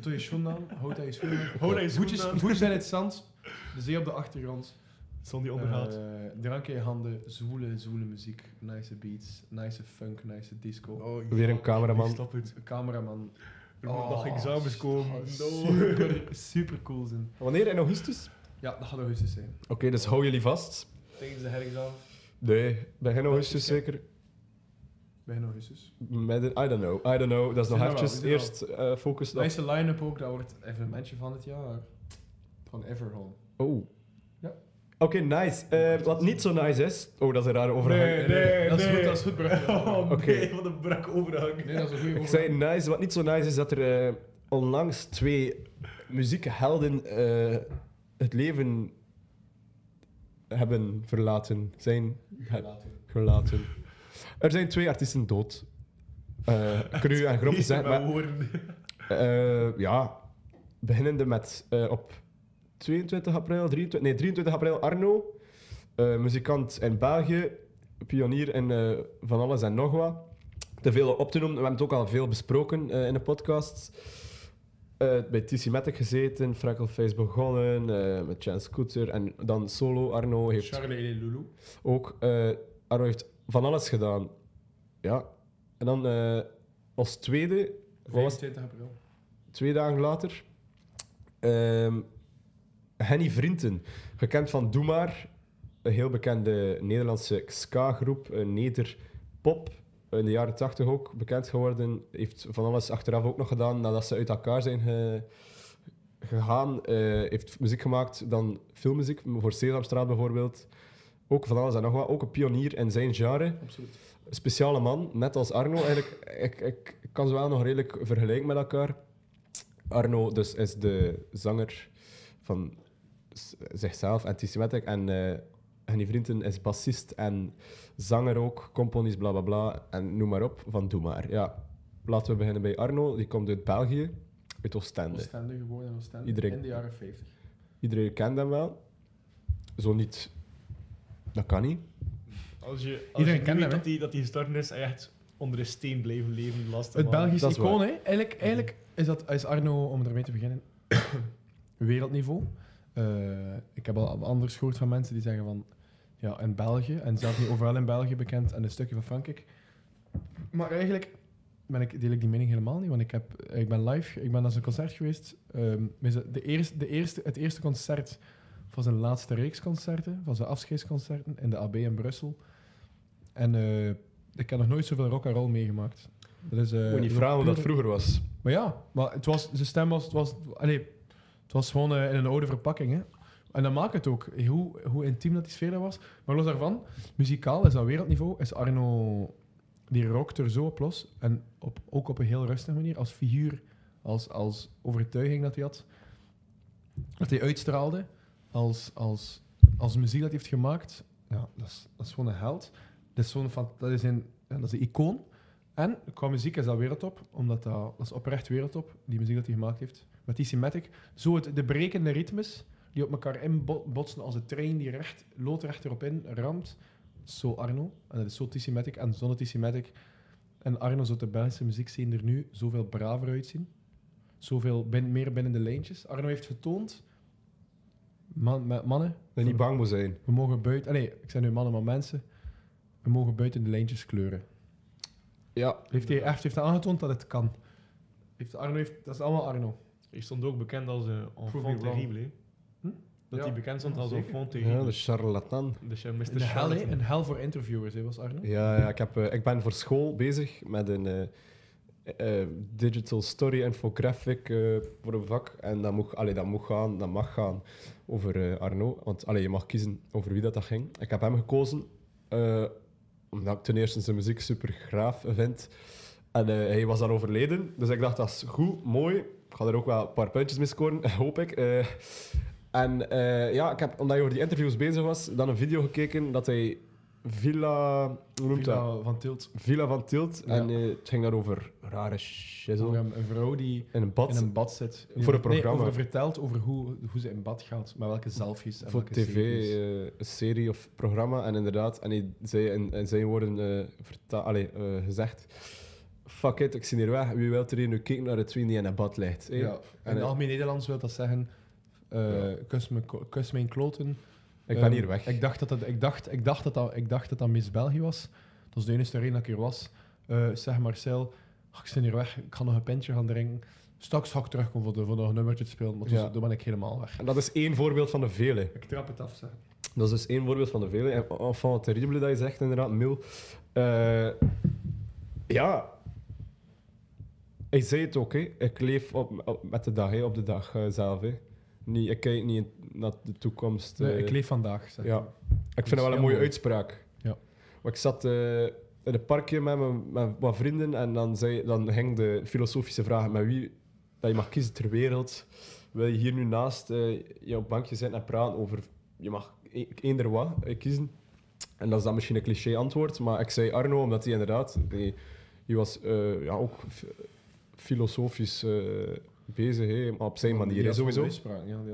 Doe je schoen aan. Houd aan je
[laughs]
schoen aan.
Hou Ah. dat je schoen
Voetjes,
aan.
voetjes in het zand. De zee op de achtergrond.
Zon die ondergaat.
Eh, drank in je handen. Zwoele, zwoele muziek. Nice beats. Nice funk. Nice disco.
eh, Weer een
Oh, Die
cameraman.
stap uit.
Cameraman.
Er moet nog examens komen. No. [laughs]
Super, super cool zijn.
Wanneer? In augustus?
Ja, dat gaat augustus zijn.
Oké, dus hou jullie vast.
Tijdens de herexamen.
Nee, begin augustus
ja.
zeker.
Begin augustus.
Midden, I don't know. I don't know. Dat is nog
Zijn er wel,
eventjes.
zijn er wel.
Eerst eh, focus op...
Nice line-up ook. Dat wordt even een mensje van het jaar. Van Everhome.
Oh.
Ja.
Oké, nice. Eh, wat niet zo nice is. Oh, dat is een rare overgang.
Nee, nee,
dat is
nee.
goed, dat is goed, Brugge.
[laughs] Oh,
Oké.
nee, wat een brak overhang.
Nee, dat is een goede
Ik zei nice. Wat niet zo nice is dat er eh, onlangs twee muziekhelden eh, het leven hebben verlaten. Zijn ge-
Laten.
gelaten. Er zijn twee artiesten dood. Eh cru en
[laughs]
grof gezegd, maar
Met woorden.
eh, ja, beginnende met eh, op 22 april, 23, nee, 23 april Arno, eh, muzikant in België, pionier in eh, van alles en nog wat. Te veel op te noemen, we hebben het ook al veel besproken eh, in de podcast. Eh, bij TC Matic gezeten, Freckleface begonnen, eh, met Chance Scooter en dan solo Arno heeft
Charlie Lulu.
ook, eh Arno heeft van alles gedaan. Ja, en dan eh, als tweede, wat was
25 april.
twee dagen later. Ehm Henny Vrienden, gekend van Doe Maar, een heel bekende Nederlandse ska-groep, een nederpop, in de jaren 80 ook bekend geworden. Heeft van alles achteraf ook nog gedaan nadat ze uit elkaar zijn ge- gegaan. Eh, heeft muziek gemaakt, dan filmmuziek, voor Sesamstraat bijvoorbeeld. Ook van alles en nog wat, ook een pionier in zijn genre
Absoluut.
speciale man, net als Arno. Eigenlijk, ik, ik, ik kan ze wel nog redelijk vergelijken met elkaar. Arno dus is de zanger van z- zichzelf, Antisemitic. En eh Henny Vrienden is bassist en zanger ook, componist, bla bla bla. En noem maar op, van Doe maar. Ja, laten we beginnen bij Arno. Die komt uit België, uit Oostende.
Oostende geboren in Oostende.
Iedereen-
In de jaren 50.
Iedereen kent hem wel. Zo niet, dat kan niet.
Als je, als
Iedereen
je
kent
weet
hem,
dat die, dat die gestorven is en je echt onder een steen blijven leven, last
Het Belgisch
Dat is
icoon, hè? Eigenlijk, eigenlijk is, dat, is Arno, om ermee te beginnen, [coughs] wereldniveau. Eh, ik heb al anders gehoord van mensen die zeggen van... Ja, in België, en zelfs niet overal in België bekend, en een stukje van Frankrijk. Maar eigenlijk ben ik, deel ik die mening helemaal niet, want ik, heb, ik ben live, ik ben naar zijn concert geweest. Ehm, mis- de eerste, de eerste, het eerste concert van zijn laatste reeks concerten, van zijn afscheidsconcerten in de AB in Brussel. En eh, ik heb nog nooit zoveel rock and roll meegemaakt. Dat is, eh,
Moet je niet
dat-
vragen hoe dat vroeger was.
maar ja, maar het was, zijn stem was... Het was, allee, het was gewoon eh, in een oude verpakking. Hè. En dat maakt het ook. Hoe, hoe intiem dat die sfeer daar was. Maar los daarvan, muzikaal is dat wereldniveau. Is Arno... Die rockt er zo op los. En op, ook op een heel rustige manier. Als figuur, als, als overtuiging dat hij had. Dat hij uitstraalde. Als, als, als muziek dat hij heeft gemaakt. Ja, dat is, dat is gewoon een held. Dat is, zo'n, fan- dat is, een, ja, dat is een icoon. En qua muziek is dat wereldtop, omdat dat, dat is oprecht wereldtop, die muziek dat hij gemaakt heeft. Met die Symmetric, zo het, de brekende ritmes die op elkaar inbotsen als een trein die recht, loodrecht erop in ramt. Zo Arno, en dat is zo T-Symmetric en zonder T-Symmetric. En Arno zou de Belgische muziek zien er nu zoveel braver uitzien. Zoveel bin- meer binnen de lijntjes. Arno heeft getoond, man, met mannen,
Dat je niet bang moet zijn.
we mogen buiten... ah Nee, ik zeg nu mannen, maar mensen. We mogen buiten de lijntjes kleuren.
Ja,
Heeft hij echt heeft hij aangetoond dat het kan? Heeft Arno heeft, dat is allemaal Arno.
Hij stond ook bekend als een
Prove me
enfant
wrong.
terrible. hè.
Hm?
Dat
Ja.
hij bekend stond
Ja,
als
zeker.
enfant
ja
terrible.
de charlatan.
Dus ja, Mr.
Een hel, hè?
Charlatan.
een hel voor interviewers, hè, was Arno.
Ja, ja ik, heb, eh, ik ben voor school bezig met een eh, eh, digital story infographic eh, voor een vak. En dat moet, allee, dat moet gaan, dat mag gaan over eh, Arno. Want allee, je mag kiezen over wie dat, dat ging. Ik heb hem gekozen eh, omdat ik ten eerste zijn muziek super graaf vind. En eh, hij was dan overleden. Dus ik dacht, dat is goed, mooi. Ik ga er ook wel een paar puntjes mee scoren, [laughs] hoop ik. Eh, en eh, ja, ik heb, omdat je over die interviews bezig was, dan een video gekeken dat hij Villa... Hoe noemt dat?
Villa van Tilt.
Villa van Tilt.
Ja.
En eh, het ging daarover rare shizzle.
Over een, een vrouw die
In een bad.
in een bad zit.
Voor een
Nee,
programma.
over vertelt over hoe, hoe ze in bad gaat, maar welke zelfjes en
voor
welke
tv,
series.
eh, een serie of programma. En inderdaad, en hij zei in, in zijn woorden eh, verta- allee, eh, gezegd... Fuck it, ik zie hier weg. Wie wil er hier nu kijken naar de twin die in een bad ligt? eh?"
ja. In het
eh,
algemeen Nederlands wil dat zeggen... eh kus, me, ko- kus mijn kloten.
Ik
Ehm,
ben hier weg.
Ik dacht dat dat, ik dacht, ik dacht dat, dat, ik dacht dat, dat Miss België was. Dat was de enige reden dat ik hier was. Eh, zeg Marcel, ach, ik zit hier weg, ik ga nog een pintje gaan drinken. Straks ga ik terugkomen voor, de, voor nog een nummertje te spelen, maar toen
Ja.
toen ben ik helemaal weg.
En dat is één voorbeeld van de vele.
Ik trap het af, zeg.
Dat is dus één voorbeeld van de vele. En van het terrible dat je zegt, inderdaad, Mil. Eh, ja. Ik zei het ook, hè. ik leef op, op- met de dag, hè, op de dag eh, zelf. Hè. Niet, ik kijk niet naar de toekomst. eh.
ik leef vandaag, zeg.
Ja. Ik vind dat wel
heel
een mooie
mooi.
uitspraak.
Ja.
Want ik zat eh, in een parkje met, mijn, met wat vrienden en dan, zei, dan hing de filosofische vraag met wie dat je mag kiezen ter wereld. Wil je hier nu naast eh jouw bankje zitten en praten over... Je mag e- eender wat eh, kiezen. En dat is dan misschien een cliché antwoord, maar ik zei Arno omdat hij inderdaad... Die, die was eh, ja, ook f- filosofisch eh, bezig, hè, maar op zijn manier. hè, sowieso.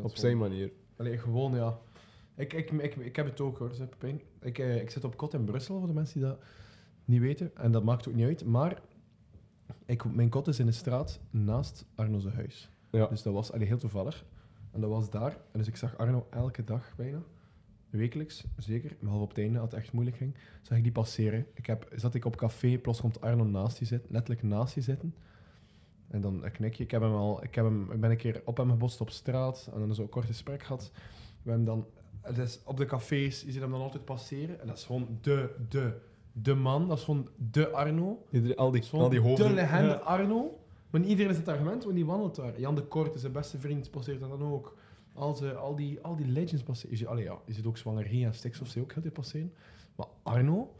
Op zijn manier.
Allee, gewoon, ja. Ik, ik, ik, ik heb het ook hoor, zeg Pepijn. Ik, eh, ik zit op kot in Brussel, voor de mensen die dat niet weten. En dat maakt ook niet uit. Maar ik, mijn kot is in de straat naast Arno's huis.
Ja.
Dus dat was allee, heel toevallig. En dat was daar. En dus ik zag Arno elke dag bijna. Wekelijks, zeker. Behalve op het einde, als het echt moeilijk ging. Zag ik die passeren. Ik heb, zat ik op café, plots komt Arno naast je zitten. Letterlijk naast je zitten. En dan een knikje. Ik, heb hem al, ik, heb hem, ik ben een keer op hem gebotst op straat. En dan zo'n kort gesprek gehad. We hebben dan... Het is op de cafés, je ziet hem dan altijd passeren. En dat is gewoon de, de, de man. Dat is gewoon de Arno.
Iedereen- al, die,
Zo'n
al die
De
hoofden.
legende
Ja.
Arno. Maar niet iedereen is het argument, want die wandelt daar. Jan de Kort is zijn beste vriend, passeert dat dan ook. Al, ze, al, die, al die legends passeren. Je ziet, allee, ja, je ziet ook Zwanger Ria en Stikstof, ze ook heel veel passeren. Maar Arno,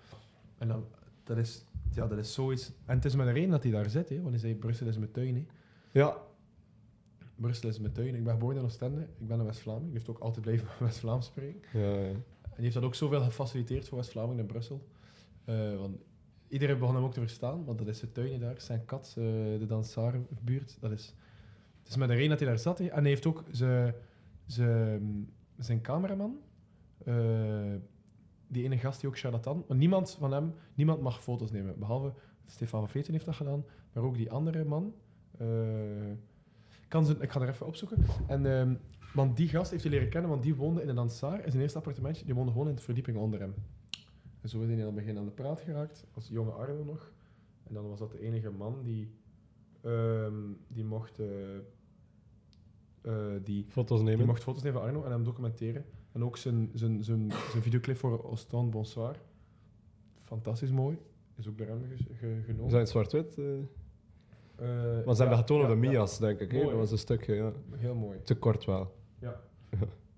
en dan, dat, is, ja, dat is zoiets. En het is met een reden dat hij daar zit, hè, want hij zei: Brussel is mijn tuin. Hè.
Ja,
Brussel is mijn tuin. Ik ben geboren in Oostende, ik ben een West-Vlaming. Die heeft ook altijd blijven [laughs] West-Vlaams spreken.
ja, ja.
En die heeft dat ook zoveel gefaciliteerd voor West-Vlamingen in Brussel. Eh, want iedereen begon hem ook te verstaan, want dat is de tuin daar, zijn kat, eh, de Dansaarbuurt. Dat is, het is met de reden dat hij daar zat. hè. En hij heeft ook ze, ze, zijn cameraman, eh, die ene gast die ook charlatan, want niemand van hem, niemand mag foto's nemen. Behalve Stefan van Veten heeft dat gedaan, maar ook die andere man. eh, kan ze, ik ga er even opzoeken. En ehm, want die gast heeft hij leren kennen, want die woonde in een Ansaar. En zijn eerste appartementje, die woonde gewoon in de verdieping onder hem. En zo is hij aan het begin aan de praat geraakt, als jonge Arno nog. En dan was dat de enige man die, ehm, die mocht... eh, eh, die
foto's
die
nemen.
mocht foto's nemen van Arno en hem documenteren. En ook zijn, zijn, zijn, zijn videoclip voor Ostan Bonsoir. Fantastisch mooi. Is ook door hem ge- ge- genomen.
Zijn het zwart-wit? eh?
Eh,
Want ze
ja,
hebben getoond op
ja,
de
ja.
Mia's, denk ik. hè?
Mooi.
Dat was een stukje, ja.
Heel mooi.
Te kort wel.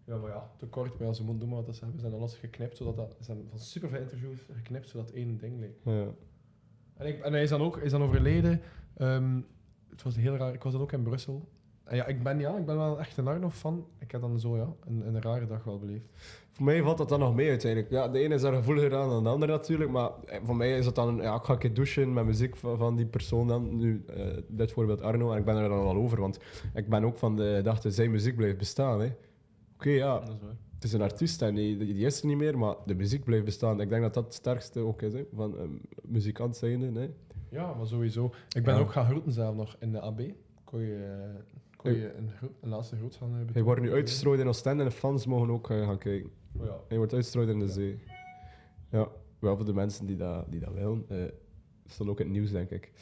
Ja, maar ja, te kort. Maar ja, ze moeten doen wat dat ze hebben. Ze hebben alles geknipt, zodat dat, ze hebben van superveel interviews geknipt, zodat één ding leek.
Ja.
En, ik, en hij is dan ook is dan overleden. Ehm, het was heel raar. Ik was dan ook in Brussel. En ja, ik ben, ja, ik ben wel echt een Arno-fan. Ik heb dan zo ja, een, een rare dag wel beleefd.
Voor mij valt dat dan nog mee uiteindelijk. Ja, de ene is daar gevoeliger aan dan de andere natuurlijk. Maar eh, voor mij is dat dan... Ja, ik ga een keer douchen met muziek van, van die persoon dan. Nu, eh, dit voorbeeld Arno. En ik ben er dan al over. Want ik ben ook van de gedachte, zijn muziek blijft bestaan. hè. Oké, ja.
Dat is waar.
Het is een artiest en die, die is er niet meer. Maar de muziek blijft bestaan. Ik denk dat dat het sterkste ook is. Hè, van eh, muzikant zijnde. Hè.
Ja, maar sowieso. Ik ben
Ja.
ook gaan groeten zelf nog in de AB. Kon je, eh, kon je een, groet- een laatste groet gaan hebben?
Hij wordt nu uitgestrooid in Oostende. En de fans mogen ook eh, gaan kijken.
Oh ja.
Je wordt uitstrooid in de
Ja.
zee. Ja, wel voor de mensen die dat, die dat willen. eh stond ook in het nieuws, denk ik.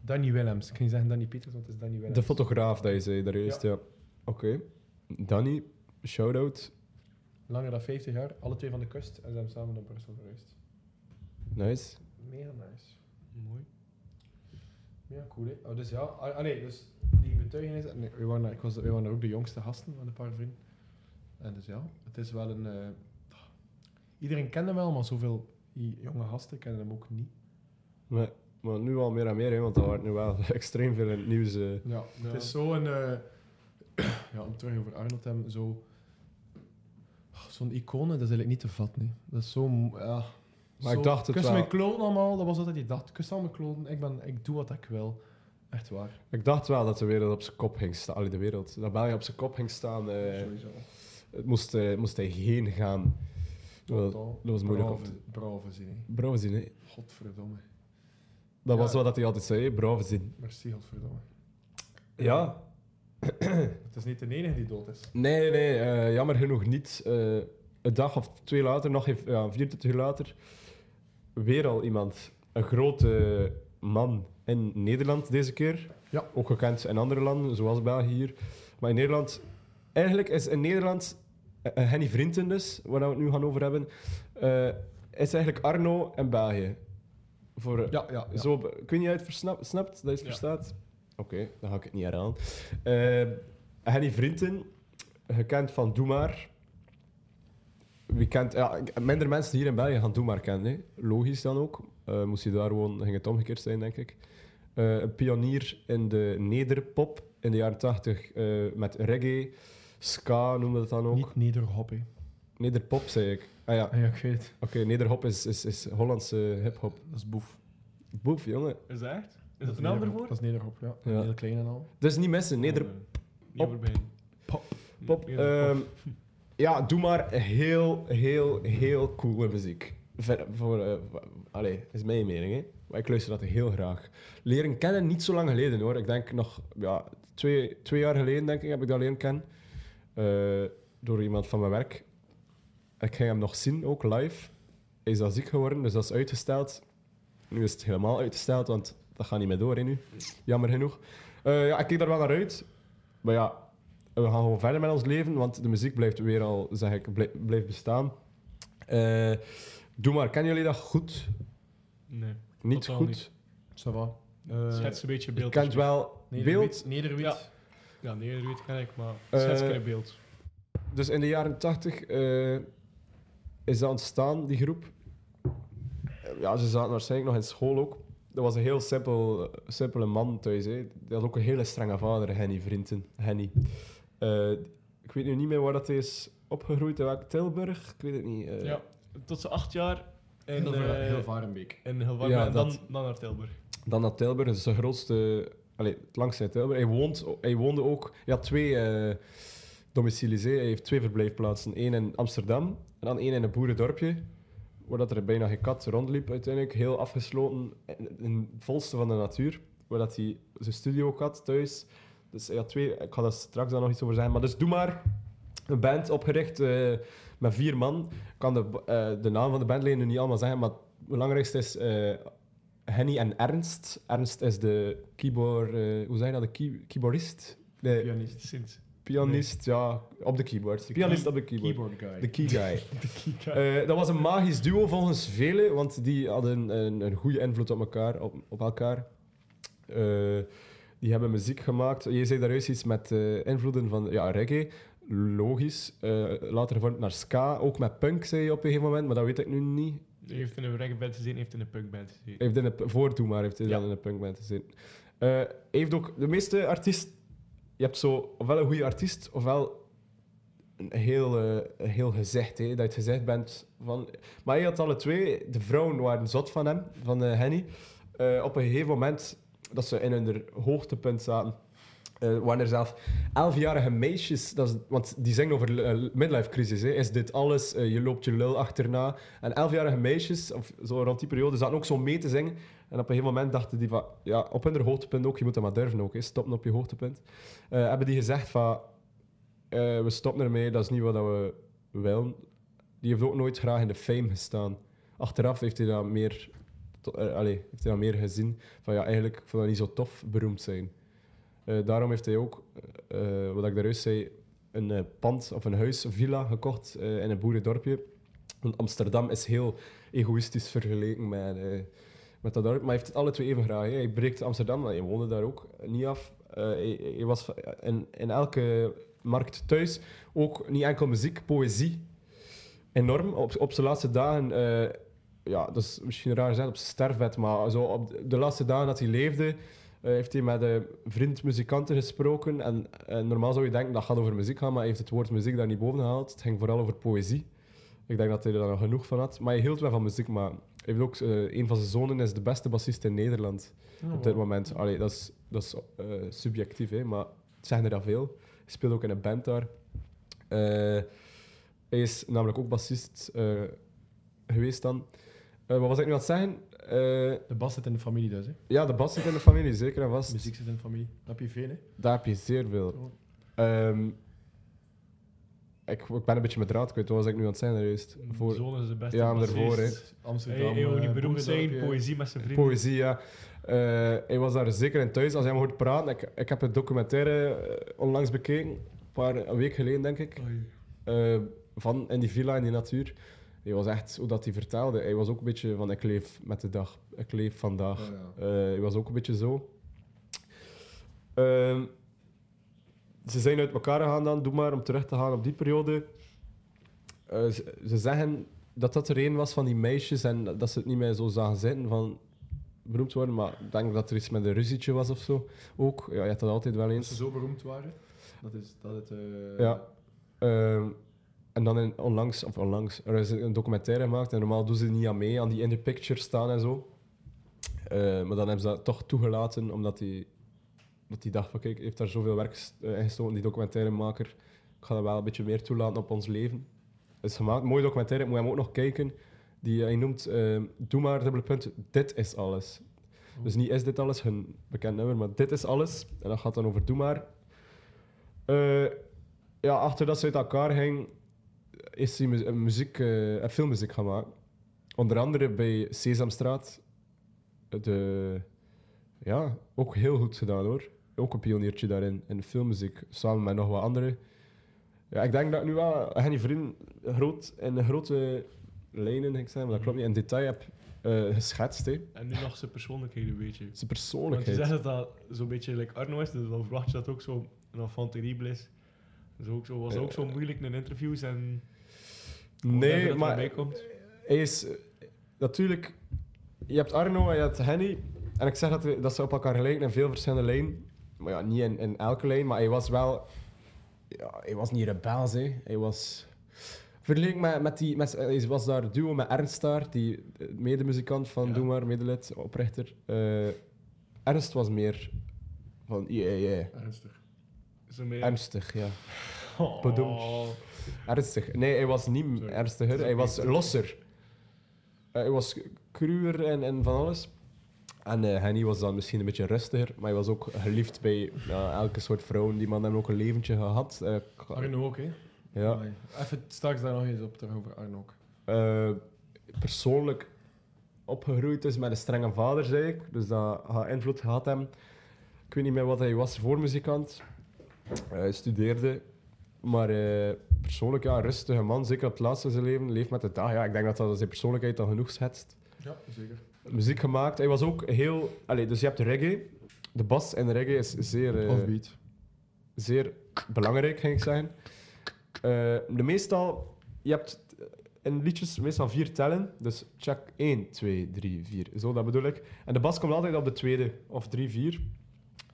Danny Willems. Ik ging zeggen Danny Pieters, want het is Danny Willems.
De fotograaf dat je zei daar juist, ja. Oké. Danny, shout-out.
Langer dan 50 jaar, alle twee van de kust. En ze hebben samen naar Brussel verhuisd.
Nice.
Mega nice.
Mooi.
Ja, cool. Hè? Oh, dus ja, ah, ah, nee, dus die betuigenis. En we waren, daar- ik was, we waren daar ook de jongste gasten van een paar vrienden. En dus ja, het is wel een. eh, iedereen kende hem wel, maar zoveel i- jonge gasten kennen hem ook niet.
Maar, maar nu al meer en meer, hè, want dat wordt nu wel [laughs] extreem veel in het nieuws. eh.
Ja, het is zo een. eh, [clears throat] ja, om terug over Arnold te hebben, zo. Ah, Zo'n icoon, dat is eigenlijk niet te vatten. hè. Dat is zo. mo- Ja,
Maar
zo,
ik dacht het
Kus
wel.
mijn kloten allemaal, dat was altijd die dacht. Kus al mijn kloten, ik, ben, ik doe wat ik wil. Echt waar.
Ik dacht wel dat de wereld op zijn kop ging staan. Allee, de wereld. Dat België op zijn kop ging staan. eh,
Sowieso.
het moest, eh, moest hij heen gaan. Dat,
Totaal.
dat was moeilijk. om
Brave,
te-
brave zin, hè.
Bravo zien, hè.
Godverdomme.
Dat
Ja.
was wat hij altijd zei, hè, bravo zien.
Merci, godverdomme.
Ja,
Het is niet de enige die dood is.
Nee, nee, eh, jammer genoeg niet. Eh, een dag of twee later, nog even, ja, 24 uur later, weer al iemand. Een grote man in Nederland deze keer.
Ja.
Ook gekend in andere landen, zoals België hier. Maar in Nederland, eigenlijk is in Nederland, eh, eh, Henny Vrienden dus, waar we het nu gaan over hebben, eh, is eigenlijk Arno en België. Voor,
Ja, ja. ja.
zo, be- ik weet niet of je het versnapt, snapt, dat je het
Ja.
verstaat. Oké, dan ga ik het niet herhalen. Eh Henny Vrienden, gekend van Doe Maar. Wie kent, ja, minder mensen hier in België gaan Doe Maar kennen. hè. Logisch dan ook. Eh, moest hij daar wonen, ging het omgekeerd zijn, denk ik. Eh, een pionier in de nederpop in de jaren 80 eh, met reggae, ska noemde dat dan ook.
Niet nederhop, hè.
Nederpop zei ik. Ah ja,
Ah Ja, ik weet het.
oké, nederhop is, is, is Hollandse hip-hop.
Dat is boef.
Boef, jongen.
Is dat echt? Is dat een naam
nederhop.
ervoor?
Dat is nederhop, ja.
Ja.
Heel klein en al.
Dus niet missen, nederpop.
Niet over beginnen.
Pop. Eh,
Pop.
Nederpop.
Ehm, ja, doe maar heel, heel, heel coole muziek. Ver, voor, eh, wa- allee, is mijn mening, hè. Maar ik luister dat heel graag. Leren kennen niet zo lang geleden, hoor. Ik denk nog ja, twee, twee jaar geleden, denk ik, heb ik dat leren kennen. Eh, door iemand van mijn werk. Ik ging hem nog zien, ook live. Hij is al ziek geworden, dus dat is uitgesteld. Nu is het helemaal uitgesteld, want dat gaat niet meer door, hè, nu. Jammer genoeg. Eh, ja, ik kijk daar wel naar uit. Maar ja, we gaan gewoon verder met ons leven, want de muziek blijft weer al, zeg ik, blij- blijft bestaan. Eh, doe maar, kennen jullie dat goed?
nee.
Niet
Totaal
goed?
niet.
Ça va. Eh,
Schets een beetje
Je
beeld.
kent wel beeld.
Nederwiet. Nederwiet.
Ja. Ja, nee, dat weet ik eigenlijk, maar
Eh,
schets een keer een beeld.
Dus in de jaren tachtig eh, is dat ontstaan, die groep. Eh, Ja, ze zaten waarschijnlijk nog in school ook. Dat was een heel simpel, simpele man thuis. Hè. Die had ook een hele strenge vader, Henny, vrienden. Henny. Eh, ik weet nu niet meer waar dat is opgegroeid, in welk Tilburg. Ik weet het niet. eh.
ja, tot ze acht jaar in,
Heel,
eh,
uh, heel Varenbeek.
in Hilvaar-
Ja,
en dan,
dat.
dan naar Tilburg.
Dan naar Tilburg, dat is de grootste. Allee, langs zijn Tilburg. Hij, woont, hij woonde ook. Hij had twee eh domicilies. hè. Hij heeft twee verblijfplaatsen. Eén in Amsterdam en dan één in een boerendorpje. Waar dat er bijna geen kat rondliep uiteindelijk. Heel afgesloten in, in het volste van de natuur. Waar dat hij zijn studio ook had thuis. Dus hij had twee. Ik ga daar straks dan nog iets over zeggen. Maar dus doe maar. Een band opgericht eh, met vier man. Ik kan de, eh, de naam van de bandleden nu niet allemaal zeggen. Maar het belangrijkste is. eh, Henny en Ernst. Ernst is de keyboard, eh, hoe zeg je dat? De key- keyboardist? De
Pianist.
Sinds.
pianist, ja, op de keyboard. pianist op de keyboard.
Keyboard
[laughs]
guy.
De key guy.
Kika.
Eh, dat was een magisch duo volgens velen, want die hadden een, een goede invloed op elkaar. Op, op elkaar. Eh, die hebben muziek gemaakt. Je zei daaruit iets met eh, invloeden van ja, reggae. Logisch. Eh, later vormt naar ska. Ook met punk, zei je op een gegeven moment, maar dat weet ik nu niet.
Hij heeft in een reggaeband gezeten, heeft in een punkband gezeten.
Heeft in een, voor Doe maar heeft hij
Ja.
dan in een punkband gezeten. Eh, heeft ook de meeste artiesten. Je hebt zo ofwel een goede artiest, ofwel een heel, eh, een heel gezicht. Hè, dat je het gezicht bent van. Maar hij had alle twee. De vrouwen waren zot van hem, van eh, Henny. Eh, op een gegeven moment dat ze in hun hoogtepunt zaten. eh waren er zelf elfjarige meisjes, dat is, want die zingen over eh, midlife crisis. Hè. Is dit alles? Eh, je loopt je lul achterna. En elfjarige meisjes, of zo rond die periode, zaten ook zo mee te zingen. En op een gegeven moment dachten die van, ja, op hun hoogtepunt ook, je moet dat maar durven ook, hè, stoppen op je hoogtepunt. Eh, hebben die gezegd van, eh, we stoppen ermee, dat is niet wat dat we willen. Die heeft ook nooit graag in de fame gestaan. Achteraf heeft hij dat meer, to- eh, allee, heeft hij dat meer gezien, van ja, eigenlijk vond ik dat niet zo tof beroemd zijn. Eh, daarom heeft hij ook, eh, eh, wat ik daaruit zei, een eh, pand of een huis, een villa gekocht eh, in een boerendorpje. Want Amsterdam is heel egoïstisch vergeleken met, eh, met dat dorp. Maar hij heeft het alle twee even graag. Hè. Hij breekt Amsterdam, maar hij woonde daar ook niet af. Eh, hij, hij was va- in, in elke markt thuis ook niet enkel muziek, poëzie. Enorm. Op, op zijn laatste dagen, eh, ja, dat is misschien raar zijn op zijn sterfbed, maar zo op de, de laatste dagen dat hij leefde, eh, heeft hij met een vriend muzikanten gesproken. En, eh, normaal zou je denken dat gaat over muziek gaan, maar hij heeft het woord muziek daar niet boven gehaald. Het ging vooral over poëzie. Ik denk dat hij er dan al genoeg van had. Maar hij hield wel van muziek, maar hij heeft ook, eh, een van zijn zonen is de beste bassist in Nederland op dit moment. Allee, dat is, dat is eh, subjectief, hè, maar het zijn er dat veel. Hij speelt ook in een band daar. Eh, hij is namelijk ook bassist eh, geweest dan. Eh, wat was ik nu aan het zeggen? Eh,
De bas zit in de familie dus, hè.
ja, de bas zit in de familie, zeker en vast.
Muziek zit in de familie. Dat heb je veel, hè.
Daar heb je zeer veel.
Zo.
Ehm, ik, ik ben een beetje mijn draad kwijt. Wat was ik nu aan het zeggen daar juist?
Voor...
Voor
Zoon is de beste.
Ja, maar daarvoor, hè.
Hij
Amsterdam.
hey, oh, wil
eh,
niet beroemd zijn,
boerendorpje.
poëzie met zijn vrienden.
poëzie, ja. Eh, hij was daar zeker in thuis. Als hij hem hoort praten, ik, ik heb het documentaire eh, onlangs bekeken. Een paar een week geleden, denk ik.
Oei.
Eh, van in die villa in die natuur. Hij was echt, hoe dat hij vertelde, hij was ook een beetje van ik leef met de dag, ik leef vandaag.
Oh, ja.
Eh, hij was ook een beetje zo. Ehm, ze zijn uit elkaar gegaan dan, doe maar, om terug te gaan op die periode. Eh, ze, ze zeggen dat dat er een was van die meisjes en dat ze het niet meer zo zagen zitten van beroemd worden, maar ik denk dat er iets met een ruzietje was of zo. Ook, ja, je hebt dat altijd wel
Als ze
eens.
zo beroemd waren, dat is dat het... eh,
Ja. Ehm, en dan in, onlangs, of onlangs, er is een documentaire gemaakt en normaal doen ze niet aan mee, aan die in the picture staan en zo. Eh, maar dan hebben ze dat toch toegelaten, omdat die, dat die dacht van kijk, heeft daar zoveel werk st- eh, in gestoken, die documentairemaker. Ik ga dat wel een beetje meer toelaten op ons leven. Het is gemaakt, mooie documentaire, moet je hem ook nog kijken. Die hij noemt, eh, doe maar, dubbele punt, dit is alles. Dus niet is dit alles, hun bekend nummer, maar dit is alles. En dat gaat dan over doe maar. Eh, ja, achter dat ze uit elkaar ging, is hij mu- een muziek, eh, een filmmuziek gaan maken. Onder andere bij Sesamstraat. De, ja, ook heel goed gedaan hoor. Ook een pioniertje daarin, in de filmmuziek, samen met nog wat anderen. Ja, ik denk dat ik nu wel eh, Henny Vriend groot, in grote lijnen, ging ik zeggen, maar dat klopt niet, in detail heb eh, geschetst. Hè.
En nu nog zijn persoonlijkheid een beetje.
Zijn
Want je
persoonlijkheid.
zegt dat dat zo'n beetje like Arno is, dus dan verwacht je dat het ook zo een enfant terrible is. Dat is ook zo,
Eh,
was ook zo moeilijk in interviews en whatever
Nee,
dat
maar
erbij komt.
hij is eh, natuurlijk. Je hebt Arno en je hebt Henny. En ik zeg dat, we- dat ze op elkaar lijken in veel verschillende lijnen. Maar ja, niet in, in elke lijn, maar hij was wel. Ja, hij was niet rebels, hè. Hij was. Vergeleken met, met die. Met, hij was daar duo met Ernst daar, die eh, medemuzikant van
Ja.
Doe maar, medelid, oprichter. Eh, Ernst was meer van. Ja, ja,
Ernstig.
Zo meer...
Ernstig, ja.
Oh.
Bedoemd. Ernstig. Nee, hij was niet
Sorry.
ernstiger. Hij was losser. Eh, hij was cruwer en, en van alles. En eh, Henny was dan misschien een beetje rustiger, maar hij was ook geliefd bij ja, elke soort vrouwen. Die man hebben ook een leventje gehad. Eh, k-
Arno ook, hè?
ja.
Amai. Even straks daar nog eens op terug over Arno ook.
Eh, persoonlijk opgegroeid is met een strenge vader, zei ik. Dus dat gaat invloed gehad hebben. Ik weet niet meer wat hij was voor muzikant. Eh, Hij studeerde. Maar eh, persoonlijk, ja, een rustige man. Zeker op het laatste van zijn leven. Leeft met de dag. Ja, ik denk dat dat zijn persoonlijkheid dan genoeg schetst.
Ja, zeker.
Muziek gemaakt. Hij was ook heel... Allee, dus je hebt reggae. De bas in reggae is zeer... eh,
Offbeat.
zeer belangrijk, ging ik zeggen. Eh, de meestal, je hebt eh, in liedjes meestal vier tellen. Dus check 1, 2, 3, 4. Zo, dat bedoel ik. En de bas komt altijd op de tweede of 3, 4.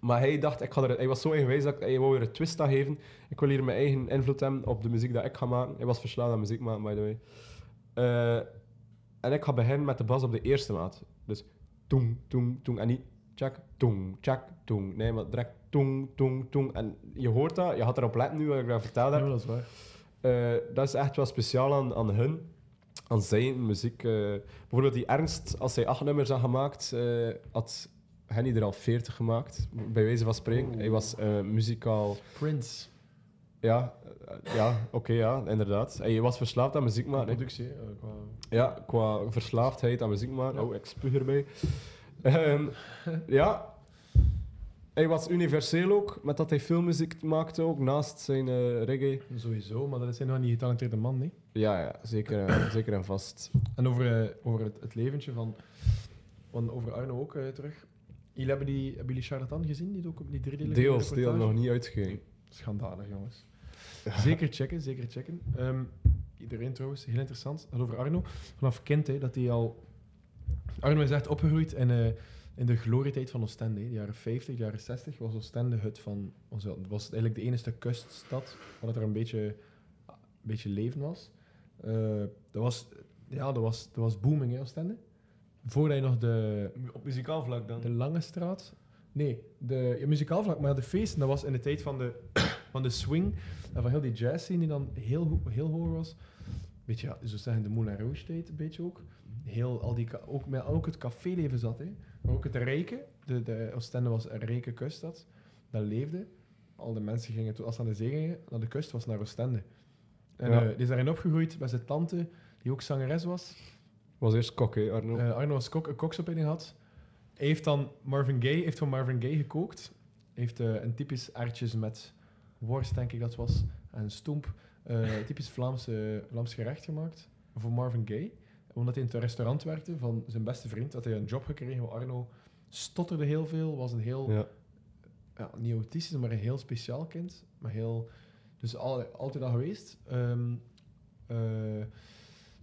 Maar hij dacht, ik ga er, hij was zo eigenwijs dat ik- hij wou er een twist aan geven. Ik wil hier mijn eigen invloed hebben op de muziek dat ik ga maken. Hij was verslaafd aan muziek maken, by the way. Eh, en ik ga beginnen met de bas op de eerste maat. Dus toeng, toeng, toeng. En niet tjak, toeng, tjak, toeng. Nee, maar direct toeng, toeng, toeng. En je hoort dat, je gaat erop letten nu wat ik daar verteld heb.
Ja, dat is waar.
Eh, dat is echt wel speciaal aan, aan hun, aan zijn muziek. eh. bijvoorbeeld die Ernst, als hij acht nummers had gemaakt, eh, had Henny er al veertig gemaakt, bij wijze van spreken. Hij was eh, muzikaal...
Prince.
Ja, eh, ja oké, ja, inderdaad. Hij was verslaafd aan muziek maken. hè.
productie, hè, eh, qua-
Ja, qua verslaafdheid aan muziek maken.
Ja.
Oh, ik spuug erbij. Ehm, ja. Hij was universeel ook, met dat hij filmmuziek maakte ook, naast zijn eh, reggae.
Sowieso, maar dat zijn nog niet getalenteerde man, nee.
Ja, ja zeker,
[coughs]
en- zeker en vast.
En over, eh, over het, het leventje van, van over Arno ook eh, terug. Jullie hebben, die, hebben jullie Charlatan gezien, die, docu- die driedelige
Deels, deels
reportage?
nog niet uitgegeven.
Schandalig, jongens. Zeker checken, zeker checken. Ehm, iedereen trouwens, heel interessant. Dat over Arno. Vanaf kind, hè, dat hij al... Arno is echt opgegroeid in, eh, in de glorietijd van Oostende. Hè. De jaren 50, de jaren 60 was Oostende het van... Ons, het was eigenlijk de enige kuststad waar dat er een beetje, een beetje leven was. Eh, dat was... Ja, dat was, dat was booming, hè, Oostende. Voordat je nog de,
Op muzikaal vlak dan.
de Lange Straat? Nee, de ja, muzikaal vlak, maar de feesten, dat was in de tijd van de, [coughs] van de swing en van heel die jazz scene die dan heel, ho- heel hoog was. Beetje, ja, zo zeggen, de Moulin Rouge tijd een beetje ook. Heel, al die, ka- ook, met, ook het caféleven zat, hè. maar ook het rijke. De, de Oostende was een rijke kuststad, dat leefde. Al de mensen gingen, toen als ze aan de zee gingen, naar de kust, was naar Oostende. En
Ja.
eh, die is daarin opgegroeid met zijn tante, die ook zangeres was.
Was eerst kok, hè, Arno.
Eh, Arno was kok, een koksopleiding had. Hij heeft dan Marvin Gaye, heeft van Marvin Gaye gekookt. Hij heeft eh, een typisch aardjes met worst, denk ik dat was, en stoemp. eh, typisch Vlaamse, Vlaams gerecht gemaakt voor Marvin Gaye. Omdat hij in het restaurant werkte van zijn beste vriend, had hij een job gekregen. waar Arno stotterde heel veel, was een heel
Ja.
ja, niet autistisch, maar een heel speciaal kind. Maar heel, dus al, altijd al geweest. Ehm, eh,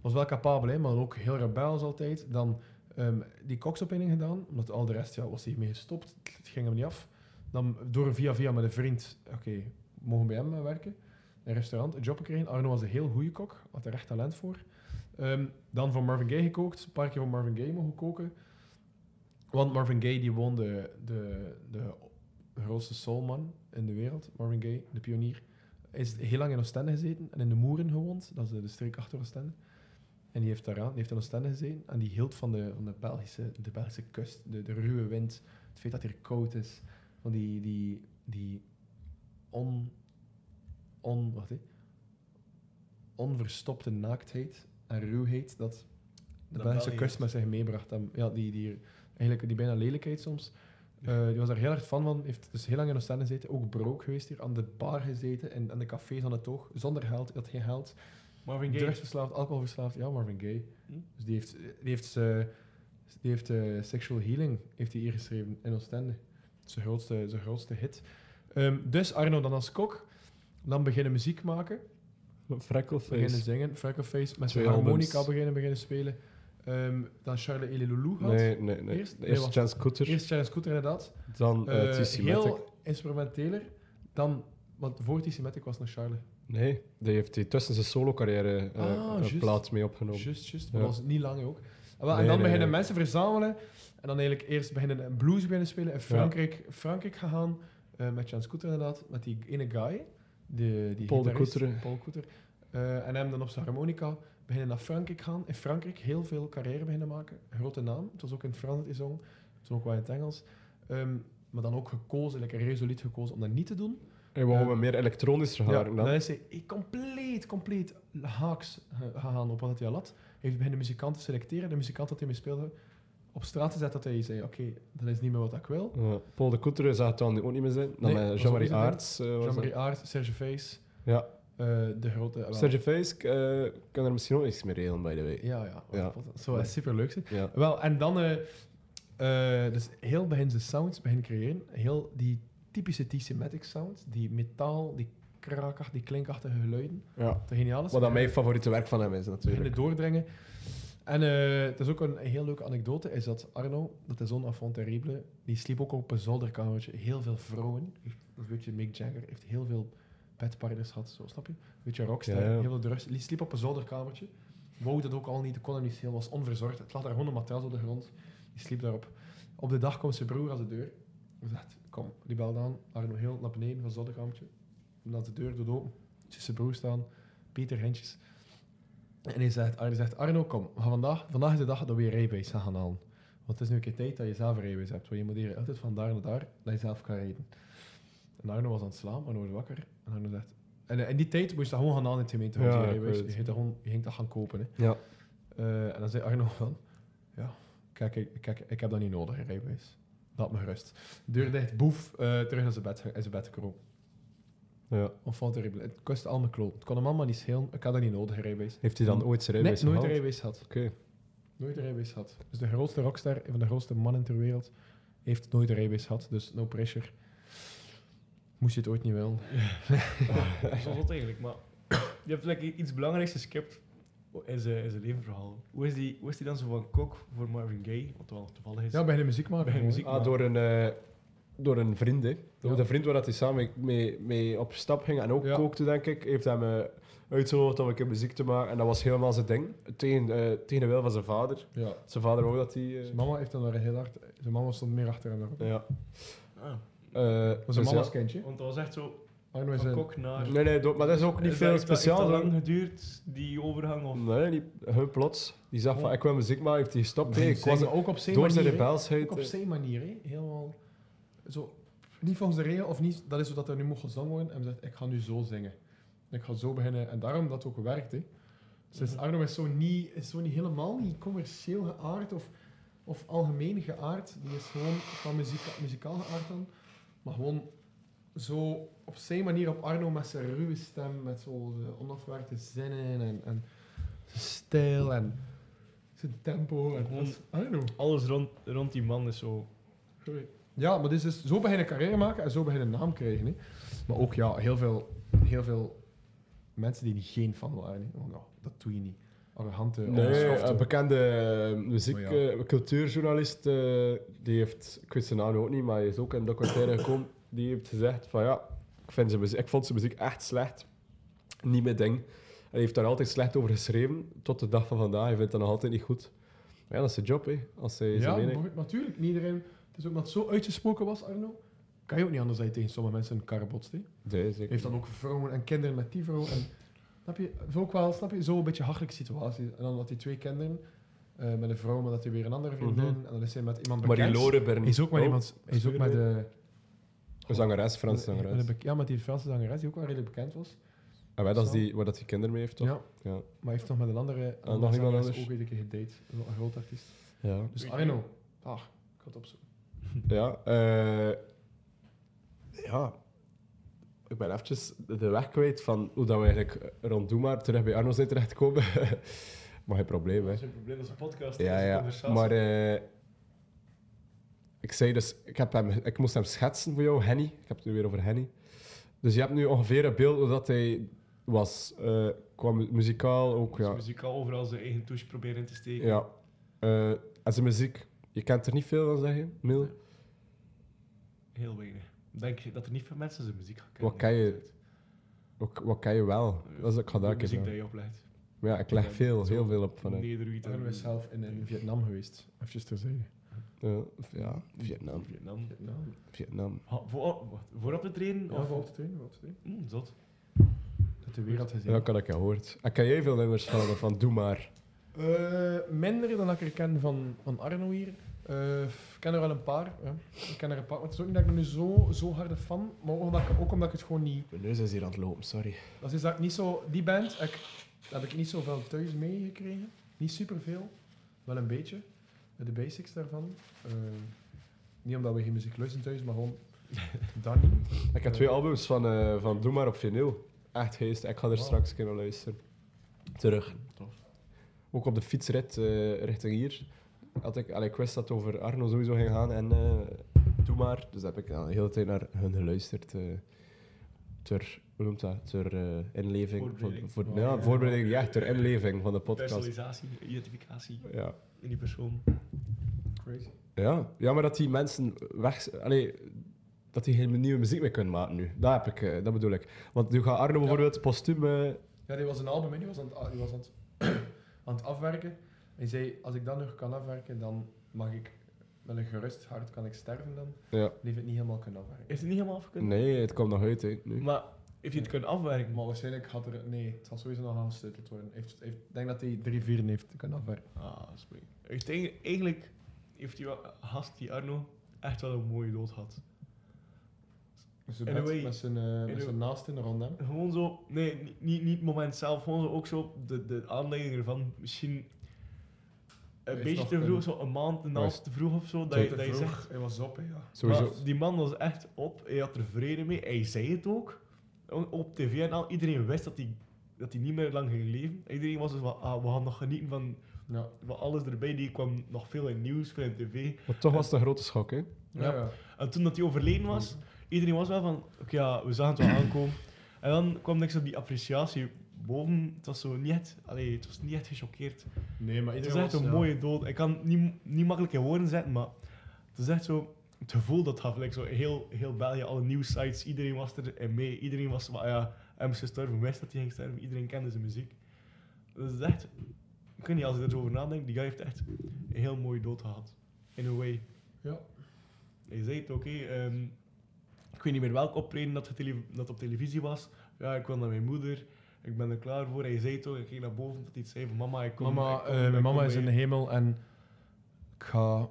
was wel capabel, hè, maar ook heel rebels altijd. Dan eh, ehm, die koksopleiding gedaan, omdat al de rest ja, was hiermee gestopt. Het ging hem niet af. Dan door via via met een vriend, oké, mogen bij hem eh, werken. Een restaurant, een job gekregen. Arno was een heel goede kok, had er echt talent voor. Ehm, dan van Marvin Gaye gekookt, een paar keer van Marvin Gaye mogen koken. Want Marvin Gaye die won de, de, de grootste soulman in de wereld. Marvin Gaye, de pionier. Hij is heel lang in Oostende gezeten en in de Moeren gewoond. Dat is de- de streek achter Oostende. En die heeft daaraan, die heeft in Oostende gezeten en die hield van de, van de, Belgische, de Belgische kust, de, de ruwe wind, het feit dat hier koud is, van die, die, die on, on, wat, hè? onverstopte naaktheid en ruwheid dat de Belgische
België
kust
heeft.
met zich meebracht. En, ja, die, die, eigenlijk, die bijna lelijkheid soms. Eh, die was daar heel erg fan van, heeft dus heel lang in Oostende gezeten, ook broek geweest hier, aan de bar gezeten en aan de cafés aan het oog, zonder geld, hij had geen geld.
Marvin Gaye.
Drugsverslaafd, alcoholverslaafd, ja, Marvin Gaye.
Hm?
Dus die heeft, die heeft, eh, die heeft eh, Sexual Healing heeft hij hier geschreven in Oostende. Zijn grootste, zijn grootste hit. Ehm, dus Arno dan als kok. Dan beginnen muziek maken. Beginnen
Freckleface.
zingen. Freckleface. Met
Twee
zijn harmonica
albums.
beginnen, beginnen spelen. Ehm, dan Charlie Eleloulou gehad.
Nee, nee, nee.
Eerst-
Eerst,
nee, wacht.
Chance Cooter,
Eerst Charles Scooter inderdaad.
dan eh
Eh,
TC Matic.
heel instrumenteler. Dan, want voor TC Matic was nog Charlie.
Nee, die heeft hij tussen zijn solo-carrière eh,
Ah,
een
juist.
plaat mee opgenomen.
Just, just. Maar
Ja.
dat was niet lang ook. En, wel,
Nee,
en dan
nee,
beginnen
nee.
mensen verzamelen. En dan eigenlijk eerst beginnen een blues beginnen spelen. In Frankrijk, Frankrijk gegaan. eh, met Jan Scooter inderdaad. Met die ene guy. De, die
Paul de
gitarist,
Coutre.
Paul Coutre. Eh, en hem dan op zijn harmonica. Beginnen naar Frankrijk gaan. In Frankrijk heel veel carrière beginnen maken. Grote naam. Het was ook in het Frans dat hij zong. Het was ook wel in het Engels. Ehm, maar dan ook gekozen, lekker resoluut gekozen om dat niet te doen.
Hij wou
Eh,
hem meer elektronisch
Ja,
garen.
dan is hij i- compleet, compleet haaks eh, gegaan op wat hij al had. Hij heeft beginnen de muzikant te selecteren, de muzikant dat hij mee speelde, op straat gezet dat hij zei, oké, dat is niet meer wat ik wil.
Ja, Eh, Paul de Couture zou het dan ook niet meer zijn. Dan
Nee, was
met
ook niet
Jean-Marie
zijn ding.
Aerts. eh, was
Jean-Marie
dat.
Aert, Serge Feis,
Ja.
eh, de grote... wel,
Serge Face eh, kan er misschien ook iets mee regelen, by the way.
Ja, ja.
Ja.
Zo, dat is superleuk. zeg.
Ja.
Wel, en dan... eh, eh, dus heel begin zijn sounds begin creëren. Heel die typische T-Sematic sound. Die metaal, die kraakachtige, die klinkachtige geluiden.
ja.
Dat geniaal is.
Wat dan mijn favoriete werk van hem is, natuurlijk.
beginnen doordringen. En eh, het is ook een heel leuke anekdote, is dat Arno, dat is zo'n enfant terrible, die sliep ook op een zolderkamertje. Heel veel vrouwen, heeft een beetje Mick Jagger, heeft heel veel bedpartners gehad, zo snap je? Een beetje rockstar,
Ja, ja.
heel veel drugs. Die sliep op een zolderkamertje. Wou dat ook al niet, kon er niet heel, was onverzorgd. Het lag daar gewoon een matras op de grond. Die sliep daarop. Op de dag komt zijn broer aan de deur. Hij zegt, kom, die belde aan. Arno heel naar beneden van het zolderkamertje. Laat de deur doet open. Ziet zijn broer staan. Peter Hentjes. En hij zegt, Arno, zegt, Arno kom, we gaan vandaag, vandaag is de dag dat we je rijbewijs gaan halen. Want het is nu een keer tijd dat je zelf een rijbewijs hebt. Want je moet hier altijd van daar naar daar, dat je zelf kan rijden. En Arno was aan het slaan, maar wordt wakker. En Arno zegt... En eh, in die tijd moest je dat gewoon gaan halen in het gemeentehuis,
Ja,
die
ik
rijbewijs.
weet het.
Je, ging dat gewoon, je ging dat gaan kopen. Hè.
Ja.
Eh, en dan zei Arno van... Ja, kijk, ik- kijk, ik heb dat niet nodig, een rijbewijs. Laat me gerust. Deur dicht, boef, eh, terug naar zijn bed, in zijn bed kroop.
Ja.
Enfant terrible. Het kost allemaal kloot. Het kon hem allemaal niet schelen. Ik had dat niet nodig, een rijbewijs.
Heeft hij dan ooit zijn
Nee,
rijbewijs
nooit een
gehaald?
rijbewijs had.
Oké.
Nooit een rijbewijs had. Dus de grootste rockstar, een van de grootste mannen ter wereld, heeft nooit een rijbewijs gehad. Dus no pressure. Moest je het ooit niet willen.
Dat is wel zot eigenlijk, maar [coughs] je hebt like, iets belangrijks geskipt in zijn, in zijn levensverhaal. Hoe is, die, hoe is die dan zo van kok voor Marvin Gaye, wat wel toevallig is?
Ja, bij de muziek maken.
Bij de
gewoon.
muziek.
Ah, door een, eh, door een vriend, hè. Door
Ja.
de vriend waar dat hij samen mee, mee op stap ging en ook
Ja.
kookte, denk ik, heeft hem eh, uitgenodigd om een keer muziek te maken. En dat was helemaal zijn ding. Tegen, eh, tegen de wil van zijn vader.
Ja.
Zijn vader ook dat hij... eh,
Zijn mama heeft dan daar heel hard... Zijn mama stond meer achter hem. dan ook.
ja.
Ah,
Eh,
Was
dus
een mama's
ja.
kindje.
want dat was echt zo
Arno is
van
een...
kok naar...
Nee, nee, do- maar dat is ook niet
Ah, Is dat-
veel
heeft dat-
speciaal.
Heeft dat
hoor.
lang geduurd, die overgang? Of? Oh.
Nee, niet, hun plots. Die zag van, ik wil muziek maken, heeft hij gestopt. Nee, ik was
Zingen, ook op zijn
door zijn
manier, hè.
rebelsheid.
Ook op zijn manier, hè. Helemaal... Zo... Niet volgens de regel, of niet... Dat is wat er nu mocht gezongen worden. En hij zegt, ik ga nu zo zingen. Ik ga zo beginnen. En daarom dat ook werkt, hè. Dus Arno is zo niet, is zo niet helemaal niet commercieel geaard of, of algemeen geaard. Die is gewoon van muzika- muzikaal geaard dan. Maar gewoon zo op zijn manier op Arno met zijn ruwe stem, met zo de onafgewerkte zinnen en, en zijn stijl en zijn tempo. En dat is Arno.
Alles rond, rond die man is zo...
Ja, maar dit is dus zo beginnen carrière maken en zo beginnen naam krijgen. Hè. Maar ook ja, heel veel, heel veel mensen die er geen fan waren. hè. Oh, nou, dat doe je niet. arrogante
eh, Nee,
onbeschofte.
een bekende eh, muziek,
Maar ja.
eh, cultuurjournalist, eh, die heeft, ik weet zijn naam ook niet, maar hij is ook in een documentaire gekomen, die heeft gezegd van ja, ik, vind zijn muziek, ik vond zijn muziek echt slecht, niet mijn ding. En hij heeft daar altijd slecht over geschreven, tot de dag van vandaag, hij vindt dat nog altijd niet goed. Maar ja, dat is zijn job, hè. Als hij zijn
Ja,
mening...
maar natuurlijk. Niet iedereen... Het is ook omdat het zo uitgesproken was, Arno. Kan je ook niet anders dat je tegen sommige mensen een kar botst. hè.
Nee, zeker.
Heeft dan ook vrouwen en kinderen met die vrouw. En, snap je? Het is ook wel, snap je, zo'n beetje hachelijke situatie. En dan had hij twee kinderen eh, met een vrouw, maar dat hij weer een andere vriendin.
Mhm.
En dan is hij met iemand
Maar
bekend.
die Lore
Hij
Bernie,
is ook met
Oh,
iemand... Hij is ook met... eh,
een zangeres, Franse
met- met een
zangeres.
bek- Ja, met die Franse zangeres, die ook wel redelijk bekend was.
En wij, dat is die, waar dat die kinderen mee heeft, toch?
Ja.
Ja. Ah,
Maar hij heeft nog met een andere...
nog iemand
zangeres
anders.
Ook eens een keer gedate. Wel Een groot artiest.
Ja.
Dus
Wie-
Arno. Ah, ik had het opzoeken.
Ja, eh, ja. Ik ben eventjes de weg kwijt van hoe dat we eigenlijk rond Doe maar terug bij Arno zijn [laughs] terechtkomen. maar geen probleem, hè.
Dat is een probleem, dat is een podcast.
Ja,
dat is een
ja.
conversatie.
Maar eh, ik zei dus, ik, heb hem, ik moest hem schetsen voor jou, Henny. Ik heb het nu weer over Henny. Dus je hebt nu ongeveer een beeld hoe dat hij was. eh qua mu- muzikaal ook,
Dus
ja.
muzikaal overal zijn eigen touche proberen in te steken.
ja. Eh, en zijn muziek, je kent er niet veel van, zeg je, Mil?
Heel weinig. Ik denk dat er niet veel mensen zijn muziek gaan kennen.
Wat kan je, wat, wat kan je wel? Dat is, ik ga
De
daar
muziek
kijken.
dat je oplegt.
Maar ja, ik leg veel, heel veel op van eh,
Van
hem.
Nederwiet en
Arno is zelf in, in Vietnam geweest. Even terzijde.
Ja, ja, Vietnam.
Vietnam.
Vietnam.
Vietnam.
Ha, Voor, wat, voor op te treden?
Ja,
Of-
valt te trainen, valt te trainen.
Hm, zot.
Dat de wereld
Ja,
gezien.
dat had ik gehoord. En ken jij veel nummers van, van Doe Maar?
Eh, minder dan dat ik er ken van, van Arno hier. Eh, ik ken er wel een paar. Ja. Ik ken er een paar. Maar het is ook niet dat ik er nu zo, zo harde fan... Maar ook omdat, ik, ook omdat ik het gewoon niet...
Mijn neus is hier aan het lopen, sorry.
Dat is dat ik niet zo... Die band ik, heb ik niet zoveel thuis meegekregen. Niet superveel. Wel een beetje. De basics daarvan. Eh, niet omdat we geen muziek luisteren thuis, maar [laughs] gewoon... dat niet.
Ik heb twee albums van, eh, van Doe Maar op vinyl. Echt geest. Ik ga er
Wow.
straks een keer naar luisteren. Terug.
Tof.
Ook op de fietsrit eh, richting hier. Had ik, allee, ik wist dat het over Arno sowieso ging gaan en eh Doe Maar. Dus heb ik al de hele tijd naar hun geluisterd. eh, ter, hoe noemt dat? Ter eh, inleving. Van,
Voorbereiding.
voor,
Oh,
ja,
ja.
voorbereiding. Ja, ter inleving van de podcast.
Personalisatie, identificatie
Ja.
in die persoon.
Crazy.
Ja. ja, maar dat die mensen weg... Allee, dat die geen nieuwe muziek meer kunnen maken nu. Dat, heb ik, eh, dat bedoel ik. Want nu gaat Arno bijvoorbeeld postuum... eh,
Ja, die was een album en die was aan het, die was aan het, [coughs] aan het afwerken. Hij zei, als ik dat nog kan afwerken, dan mag ik met een gerust hart kan ik sterven dan.
Ja.
Die heeft het niet helemaal kunnen afwerken.
Is het niet helemaal afgekund?
Nee, het komt nog uit, hè, nu.
Maar heeft hij het kunnen afwerken?
Maar waarschijnlijk had er... Nee, het zal sowieso nog aangestuiteld worden. Hij Heeft, heeft, ik denk dat hij drie vieren heeft kunnen afwerken.
Ah, spring. Heeft eigenlijk, eigenlijk heeft die wa- gast, die Arno, echt wel een mooie dood gehad.
Met zijn
In a
bed,
way-
met zijn, eh,
in
met
a-
zijn naasten rond hem.
Gewoon zo, nee, ni- niet, niet het moment zelf, gewoon zo, ook zo de, de aanleiding ervan. Misschien een
Is
beetje
nog
te vroeg,
kunnen.
zo een maand, een
Maar
half
is-
te vroeg of zo. Dat je,
Te
dat je
vroeg,
zegt,
Hij was op, hè, ja.
Sowieso.
Maar die man was echt op, hij had er vrede mee, hij zei het ook. O- Op tv en al, iedereen wist dat hij, dat hij niet meer lang ging leven. Iedereen was dus van, ah, we gaan nog genieten van,
Ja.
van alles erbij. Die kwam nog veel in nieuws, veel in tv.
Maar toch was het een grote schok, hè.
Ja,
Ja.
ja.
En toen dat hij overleden was, iedereen was wel van, oké, ja, we zagen het wel aankomen. En dan kwam niks op die appreciatie boven. Het was zo niet echt, allee, het was niet echt gechoqueerd.
Nee, maar
Het
iedereen
is echt
was,
een
ja.
mooie dood. Ik kan het niet, niet makkelijk in woorden zetten, maar het is echt zo het gevoel dat het gaf. Like zo heel, heel België, alle nieuwsites, iedereen was er en mee. Iedereen was, maar ja, hem is gestorven, wist dat hij ging sterven, iedereen kende zijn muziek. Dat is echt, ik weet niet, als ik er zo over nadenk, die guy heeft echt een heel mooie dood gehad. In a way.
Ja.
Hij zei het, oké, ehm, ik weet niet meer welk optreden dat, getele- dat op televisie was. Ja, ik wil naar mijn moeder. Ik ben er klaar voor. Hij zei toch, ik ging naar boven tot iets zei van mama, ik kom. ik
Mama,
kom-
eh,
ik
mijn mama
kom
is
bij
in de
je."
hemel en ik ga,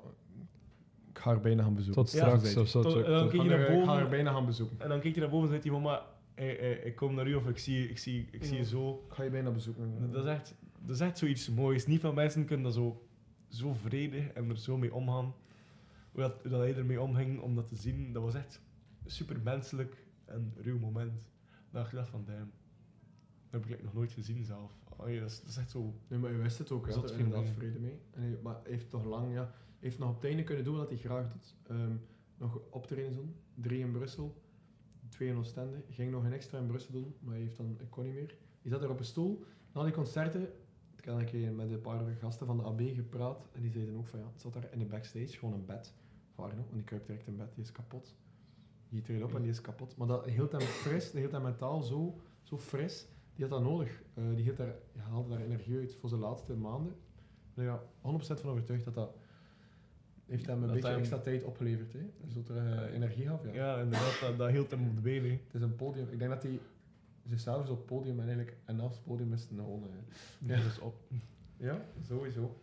ik ga haar bijna gaan bezoeken.
Tot straks
Ja.
of zo.
Tot- eh,
check,
en dan
toch.
kijk
Ik
je
ga
naar
haar- ik ga
boven.
haar bijna gaan bezoeken.
En dan keek hij naar boven en zei hij, mama, eh, eh, ik kom naar u of ik zie, ik zie, ik zie je
Ja.
zo.
Ik ga je bijna bezoeken.
Dat, dat is echt, dat is echt zoiets moois. Niet veel mensen kunnen dat zo, zo vredig en er zo mee omgaan. Hoe dat, hoe dat hij ermee omging om dat te zien, dat was echt een supermenselijk en ruw moment. Dat ik dacht van, damn, dat heb ik eigenlijk nog nooit gezien zelf. Allee, dat, is, dat is echt zo...
Nee, maar je wist het ook. Hij
Zot
had er
veel
inderdaad
dingen.
vrede mee. En hij, maar hij heeft toch lang, ja, hij heeft nog op het einde kunnen doen wat hij graag doet. Ehm, nog optreden doen. Drie in Brussel, twee in Oostende. Ging nog een extra in Brussel doen, maar hij heeft dan, ik kon niet meer. Hij zat er op een stoel. Na die concerten, ik Ik had een keer met een paar gasten van de AB gepraat en die zeiden ook van ja, het zat daar in de backstage gewoon een bed van Arno. En die kruipt direct in bed, die is kapot. Die treedt op en die is kapot. Maar dat hield hem fris, dat hield hem mentaal zo, zo fris. Die had dat nodig. Eh, die hield daar, die haalde daar energie uit voor zijn laatste maanden. Maar ja, 100% van overtuigd dat dat heeft hem een
Dat
beetje
hij hem-
extra tijd opgeleverd. Hè? Dus dat er eh, energie gaf. Ja.
Ja, inderdaad, dat, dat hield hem op de been. hè.
Het is een podium. Ik denk dat hij zichzelf is op het podium en eigenlijk en naast het podium is het een gewoon. eh,
Dat is op.
Ja, sowieso.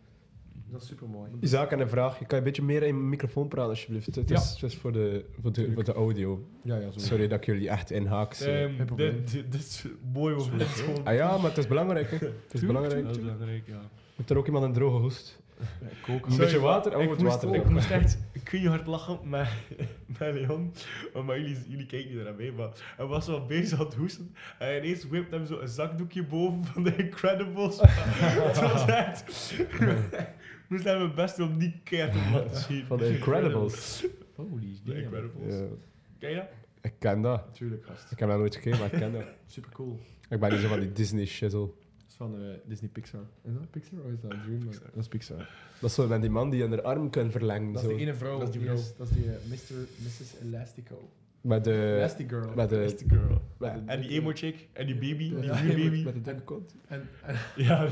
Dat is super mooi.
Isaac, en een vraag. Je kan een beetje meer in de microfoon praten, alsjeblieft. Het
Ja.
is, het is voor, de, voor, de, voor de audio.
Ja, ja, zo.
Sorry dat ik jullie echt inhaak. eh.
Ehm,
geen probleem.
dit, dit, dit is mooi om dit gewoon.
Ah ja, maar het is belangrijk. Hè. Het is belangrijk.
Dat is belangrijk, ja.
Moet er ook iemand een droge hoest?
koken.
Een
Sorry,
beetje water? Oh,
ik,
het
moest,
water.
ik moest echt kun hard lachen met, [laughs] met Leon. want Maar jullie, jullie kijken niet naar mij. Maar hij was wel bezig aan het hoesten. En ineens whipt hem zo een zakdoekje boven van de
[laughs]
Incredibles. Het was echt... [laughs] Ik moest hem mijn best doen om niet keihard te laten zien.
Van de Incredibles.
Holy
De Incredibles.
Ja,
Ken je dat?
ik ken dat.
Natuurlijk, gast.
Ik heb dat nooit gekeken, maar ik ken dat.
Super cool.
Ik ben niet zo van die Disney shizzle.
Dat is van eh, Disney Pixar. Is dat Pixar of is dat Dream? Dat is Pixar.
Dat is zo met die man die aan haar arm kan verlengen.
Dat is
zo.
die ene vrouw.
Dat is die
die
vrouw.
is- Dat is die eh, Mr. Mrs. Elastico.
Met
Eh,
de...
Elastigirl.
Met
Dat is
de...
de girl.
Met eh,
En die emo chick. En die baby. Die
Ja,
nieuwe baby.
Met de dikke kont.
En, en,
Ja,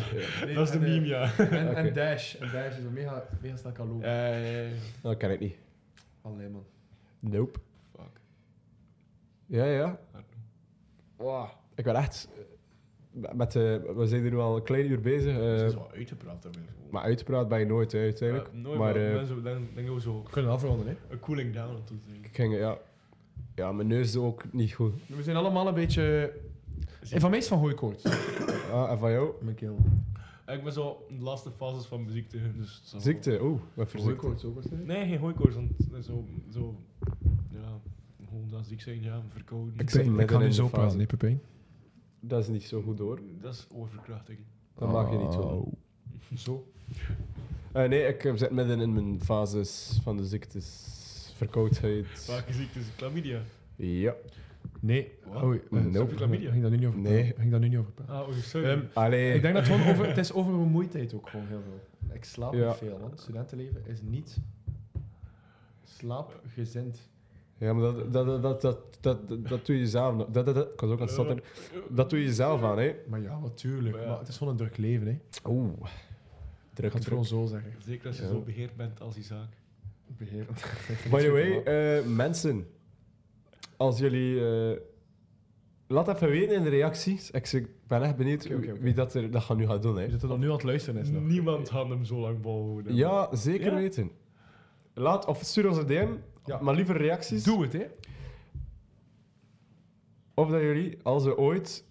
nee,
dat is de
en, eh,
meme, ja.
En, en
Oké.
Dash. En Dash is een mega, mega stak hallo.
Eh,
Dat ken ik niet.
Allee, man.
Nope.
Fuck.
Ja, ja. Wow. Ik ben echt... eh, Met, eh, we zijn hier nu al een klein uur bezig. eh,
Ze is wel uitgepraat daarmee.
maar uitpraat ben je nooit, hè, uiteindelijk.
Ja, nooit,
maar
maar
eh,
mensen denken- denken we zo
We kunnen afronden, hè?
een cooling down aan toe denken.
ik ging... Ja, ja, mijn neus doet ook niet goed.
We zijn allemaal een beetje... En van mij is van goede koorts.
Ah, en van jou?
Mijn keel.
Ik ben zo in de laatste fases van mijn ziekte. Dus zo-
Ziekte? Oeh, wat voor
Goede
ziekte?
koorts ook, was het?
Nee, geen hooikoorts. Want zo, zo, ja, gewoon dat ziek zijn, ja, verkouden.
Ik zit midden in de fase.
Pepijn.
Dat is niet zo goed hoor.
Dat is overkrachting.
Dat mag je niet hoor.
Zo.
Eh, nee, ik eh, zit midden in mijn fases van de ziektes. Verkoudheid.
Vaak ziektes, chlamydia.
Ja.
Nee.
Wat?
Oei, eh,
Nope.
sorry,
Chlamydia.
Ging daar nu niet over
Nee.
praten. Ging daar nu niet over praten.
Ah, oh, sorry.
Ehm,
Allee.
Ik denk dat het gewoon over... Het [laughs] is over vermoeidheid ook gewoon heel veel. Ik slaap
Ja.
niet veel, want studentenleven is niet slaapgezind.
Ja, maar dat, dat, dat, dat, dat, dat, dat doe je zelf. nog. Dat, dat, dat, ik was ook
Eh.
aan het stotteren. Dat doe je zelf aan, hè?
Maar ja, natuurlijk.
Maar ja.
Maar het is gewoon een druk leven, hè.
Oeh.
Ik
Druk,
ga het
druk.
gewoon zo zeggen.
Zeker als je
Ja.
zo beheerd bent als die zaak.
[laughs] Beherend.
By the way, eh, mensen. Als jullie... eh, laat even weten in de reacties. Ik zeg- ben echt benieuwd
Oké, Dus oké, oké.
wie dat, er, dat gaat nu gaat doen, hè?
Je zit er dan nu aan het luisteren is nog.
Niemand had hem zo lang volhouden.
Ja, zeker
Ja.
weten. Laat of stuur ons een DM,
Ja.
maar liever reacties.
Doe het, hè.
Of dat jullie, als we ooit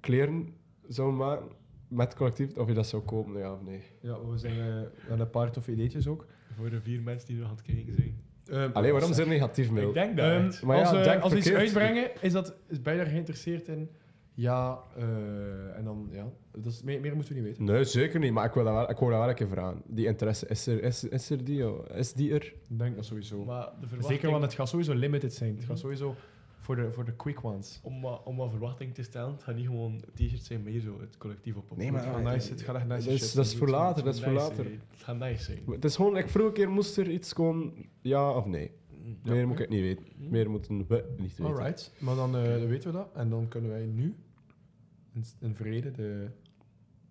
kleren zouden maken met collectief, of je dat zou kopen, ja of nee.
Ja, we zijn eh, aan een paar toffe ideetjes ook.
Voor de vier mensen die nu aan het kijken zijn.
Ehm,
Allee, waarom
zeg-
zijn negatief, Mil?
Ik denk dat.
Ehm,
echt.
Maar
als,
ja,
we-
denk
als we iets
verkeerd.
uitbrengen, is, dat, is bijna geïnteresseerd in ja, eh, en dan ja. Dat is, meer, meer moeten we niet weten.
Nee, zeker niet, maar ik wil dat wel, ik wil dat wel een keer vragen. Die interesse, is er, is, is er die? oh? Is die er?
Ik denk dat sowieso.
maar de verwachting...
Zeker, want het gaat sowieso limited zijn. Het
Mhm.
gaat sowieso voor de, voor de quick ones.
om wat, om wat verwachting te stellen, het gaat niet gewoon t-shirts zijn, maar hier zo het collectief op. op-
Nee, maar- eh,
het
het
gaat
Ah, ja,
Ah, nice,
ja,
het
ja.
gaat echt nice
Dat is-
shit
dat is
zijn.
voor later.
gaat
dat is voor
nice
later.
zijn. Het gaat nice zijn.
Het is gewoon, ik vroeg een keer, moest er iets komen, ja of nee?
Ja.
Meer moet ik het niet weten. Meer moeten we niet weten.
Alright, maar dan, eh, dan weten we dat. En dan kunnen wij nu in, in vrede de...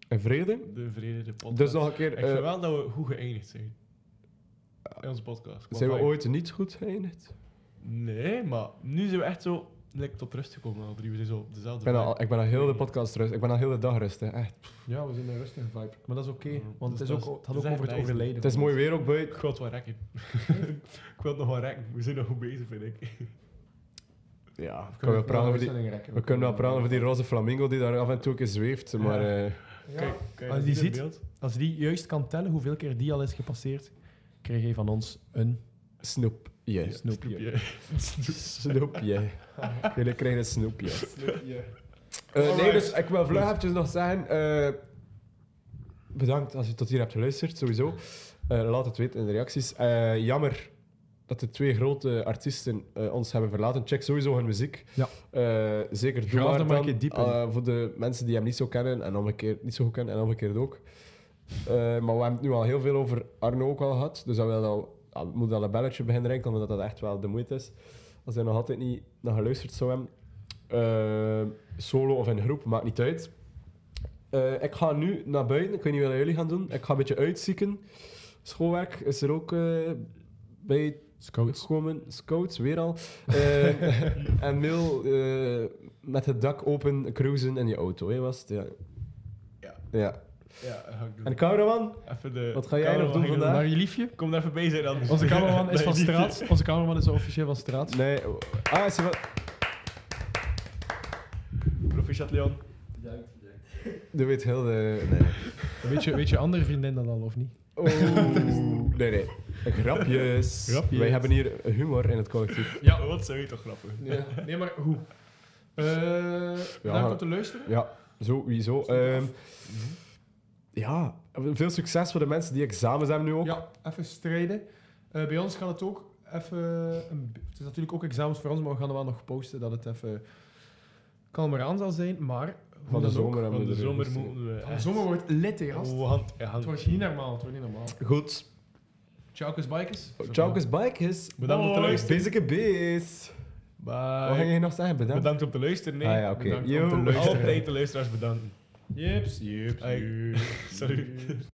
En vrede?
De Verenigde Podcast.
Dus nog een keer,
Ik vind
eh,
wel dat we goed geëindigd zijn. In onze podcast. Qua
zijn we
vibe.
ooit niet goed geëindigd?
Nee, maar nu zijn we echt zo like, tot rust gekomen. Al drie. We zijn zo op dezelfde
Ik ben,
vibe.
al, ik ben al heel de podcast rust. Ik ben al heel de dag rustig. Echt.
Ja, we zijn in een rustige vibe. Maar dat is oké,
Ja,
want
dus
het, is
dat
ook,
is-
het gaat
dat
ook
is echt
over het
nice.
overlijden.
Het is mooi weer ook
Ik
buiten.
wil het wel rekken. [laughs] ik wil het nog wel rekken. We zijn nog goed bezig, vind ik.
Ja, we kunnen wel
We kunnen
praten over die,
die...
we kunnen wel praten over die roze flamingo die daar af en toe een keer zweeft. Maar eh,
Kijk, kijk
als je die ziet-
beeld.
Als je die juist kan tellen hoeveel keer die al is gepasseerd, krijg je van ons een
snoepje.
snoepje.
Snoepje. Jullie krijgen een snoepje. Eh, nee,
Alright.
dus ik wil vlug eventjes nog zeggen... eh, bedankt als je tot hier hebt geluisterd, sowieso. Eh, laat het weten in de reacties. Eh, jammer dat de twee grote artiesten eh, ons hebben verlaten. Check sowieso hun muziek.
Ja.
Eh, zeker doe
Graaf
maar
er maar een keer diep in.
eh, voor de mensen die hem niet zo kennen en omgekeerd niet zo goed kennen en omgekeerd ook. Eh, maar we hebben het nu al heel veel over Arno ook al gehad. Dus dat wil al, ah, moet al een belletje beginnen rinkelen, omdat dat echt wel de moeite is. Als hij nog altijd niet naar geluisterd zou hebben. Eh, solo of in groep, maakt niet uit. Eh, ik ga nu naar buiten. Ik weet niet wat jullie gaan doen. Ik ga een beetje uitzieken. Schoolwerk is er ook eh, bij
Scouts.
gekomen. Scouts, weer al. Eh, [laughs] en Mil eh, met het dak open cruisen in je auto, hè, was het? Ja.
Ja.
ja.
Ja, dat ga ik doen.
En cameraman?
Even de
Wat ga jij nog
cameraman
doen
gaan
vandaag?
Naar je liefje.
Kom daar even bij zijn dan.
[laughs]
Onze cameraman is
[laughs]
van
Nee, niet.
straat. Onze cameraman is officieel van straat.
Nee. Ah, is hij wel...
Proficiat Leon.
Bedankt, bedankt.
Dat weet heel de... Nee.
Weet je, weet je andere vriendin dan al, of niet?
Oh. Nee, nee. Grapjes.
Grapjes.
Wij hebben hier humor in het collectief.
Ja, Oh, wat zou je toch grappig.
Nee, maar hoe? Eh
Ja.
Dank om te luisteren.
Ja, sowieso. Ehm ja, veel succes voor de mensen die examens hebben nu ook.
Ja, even strijden. Eh, bij ons kan het ook even... Een, b- het is natuurlijk ook examens voor ons, maar we gaan er wel nog posten dat het even kalmer aan zal zijn. Maar hoe
Van de
dan ook,
zomer hebben
Van
we
de
er dus,
zomer
rustig.
moeten we.
Van de zomer wordt lit, hè, gast.
Oh, hand, ja,
Het
hand.
wordt niet normaal, het wordt niet normaal.
eh, Goed.
Tjaukes bikers.
Chaukes Bike is...
Bedankt om te luisteren.
Bezige bees. Wat ging
Bye.
je nog zeggen? Bedankt.
Bedankt om te luisteren. Nee.
Ah ja, oké.
bedankt om
Yo.
te luisteren.
Altijd de luisteraars bedanken.
Jips, jips,
Hey.
jips.
Salut.
jips.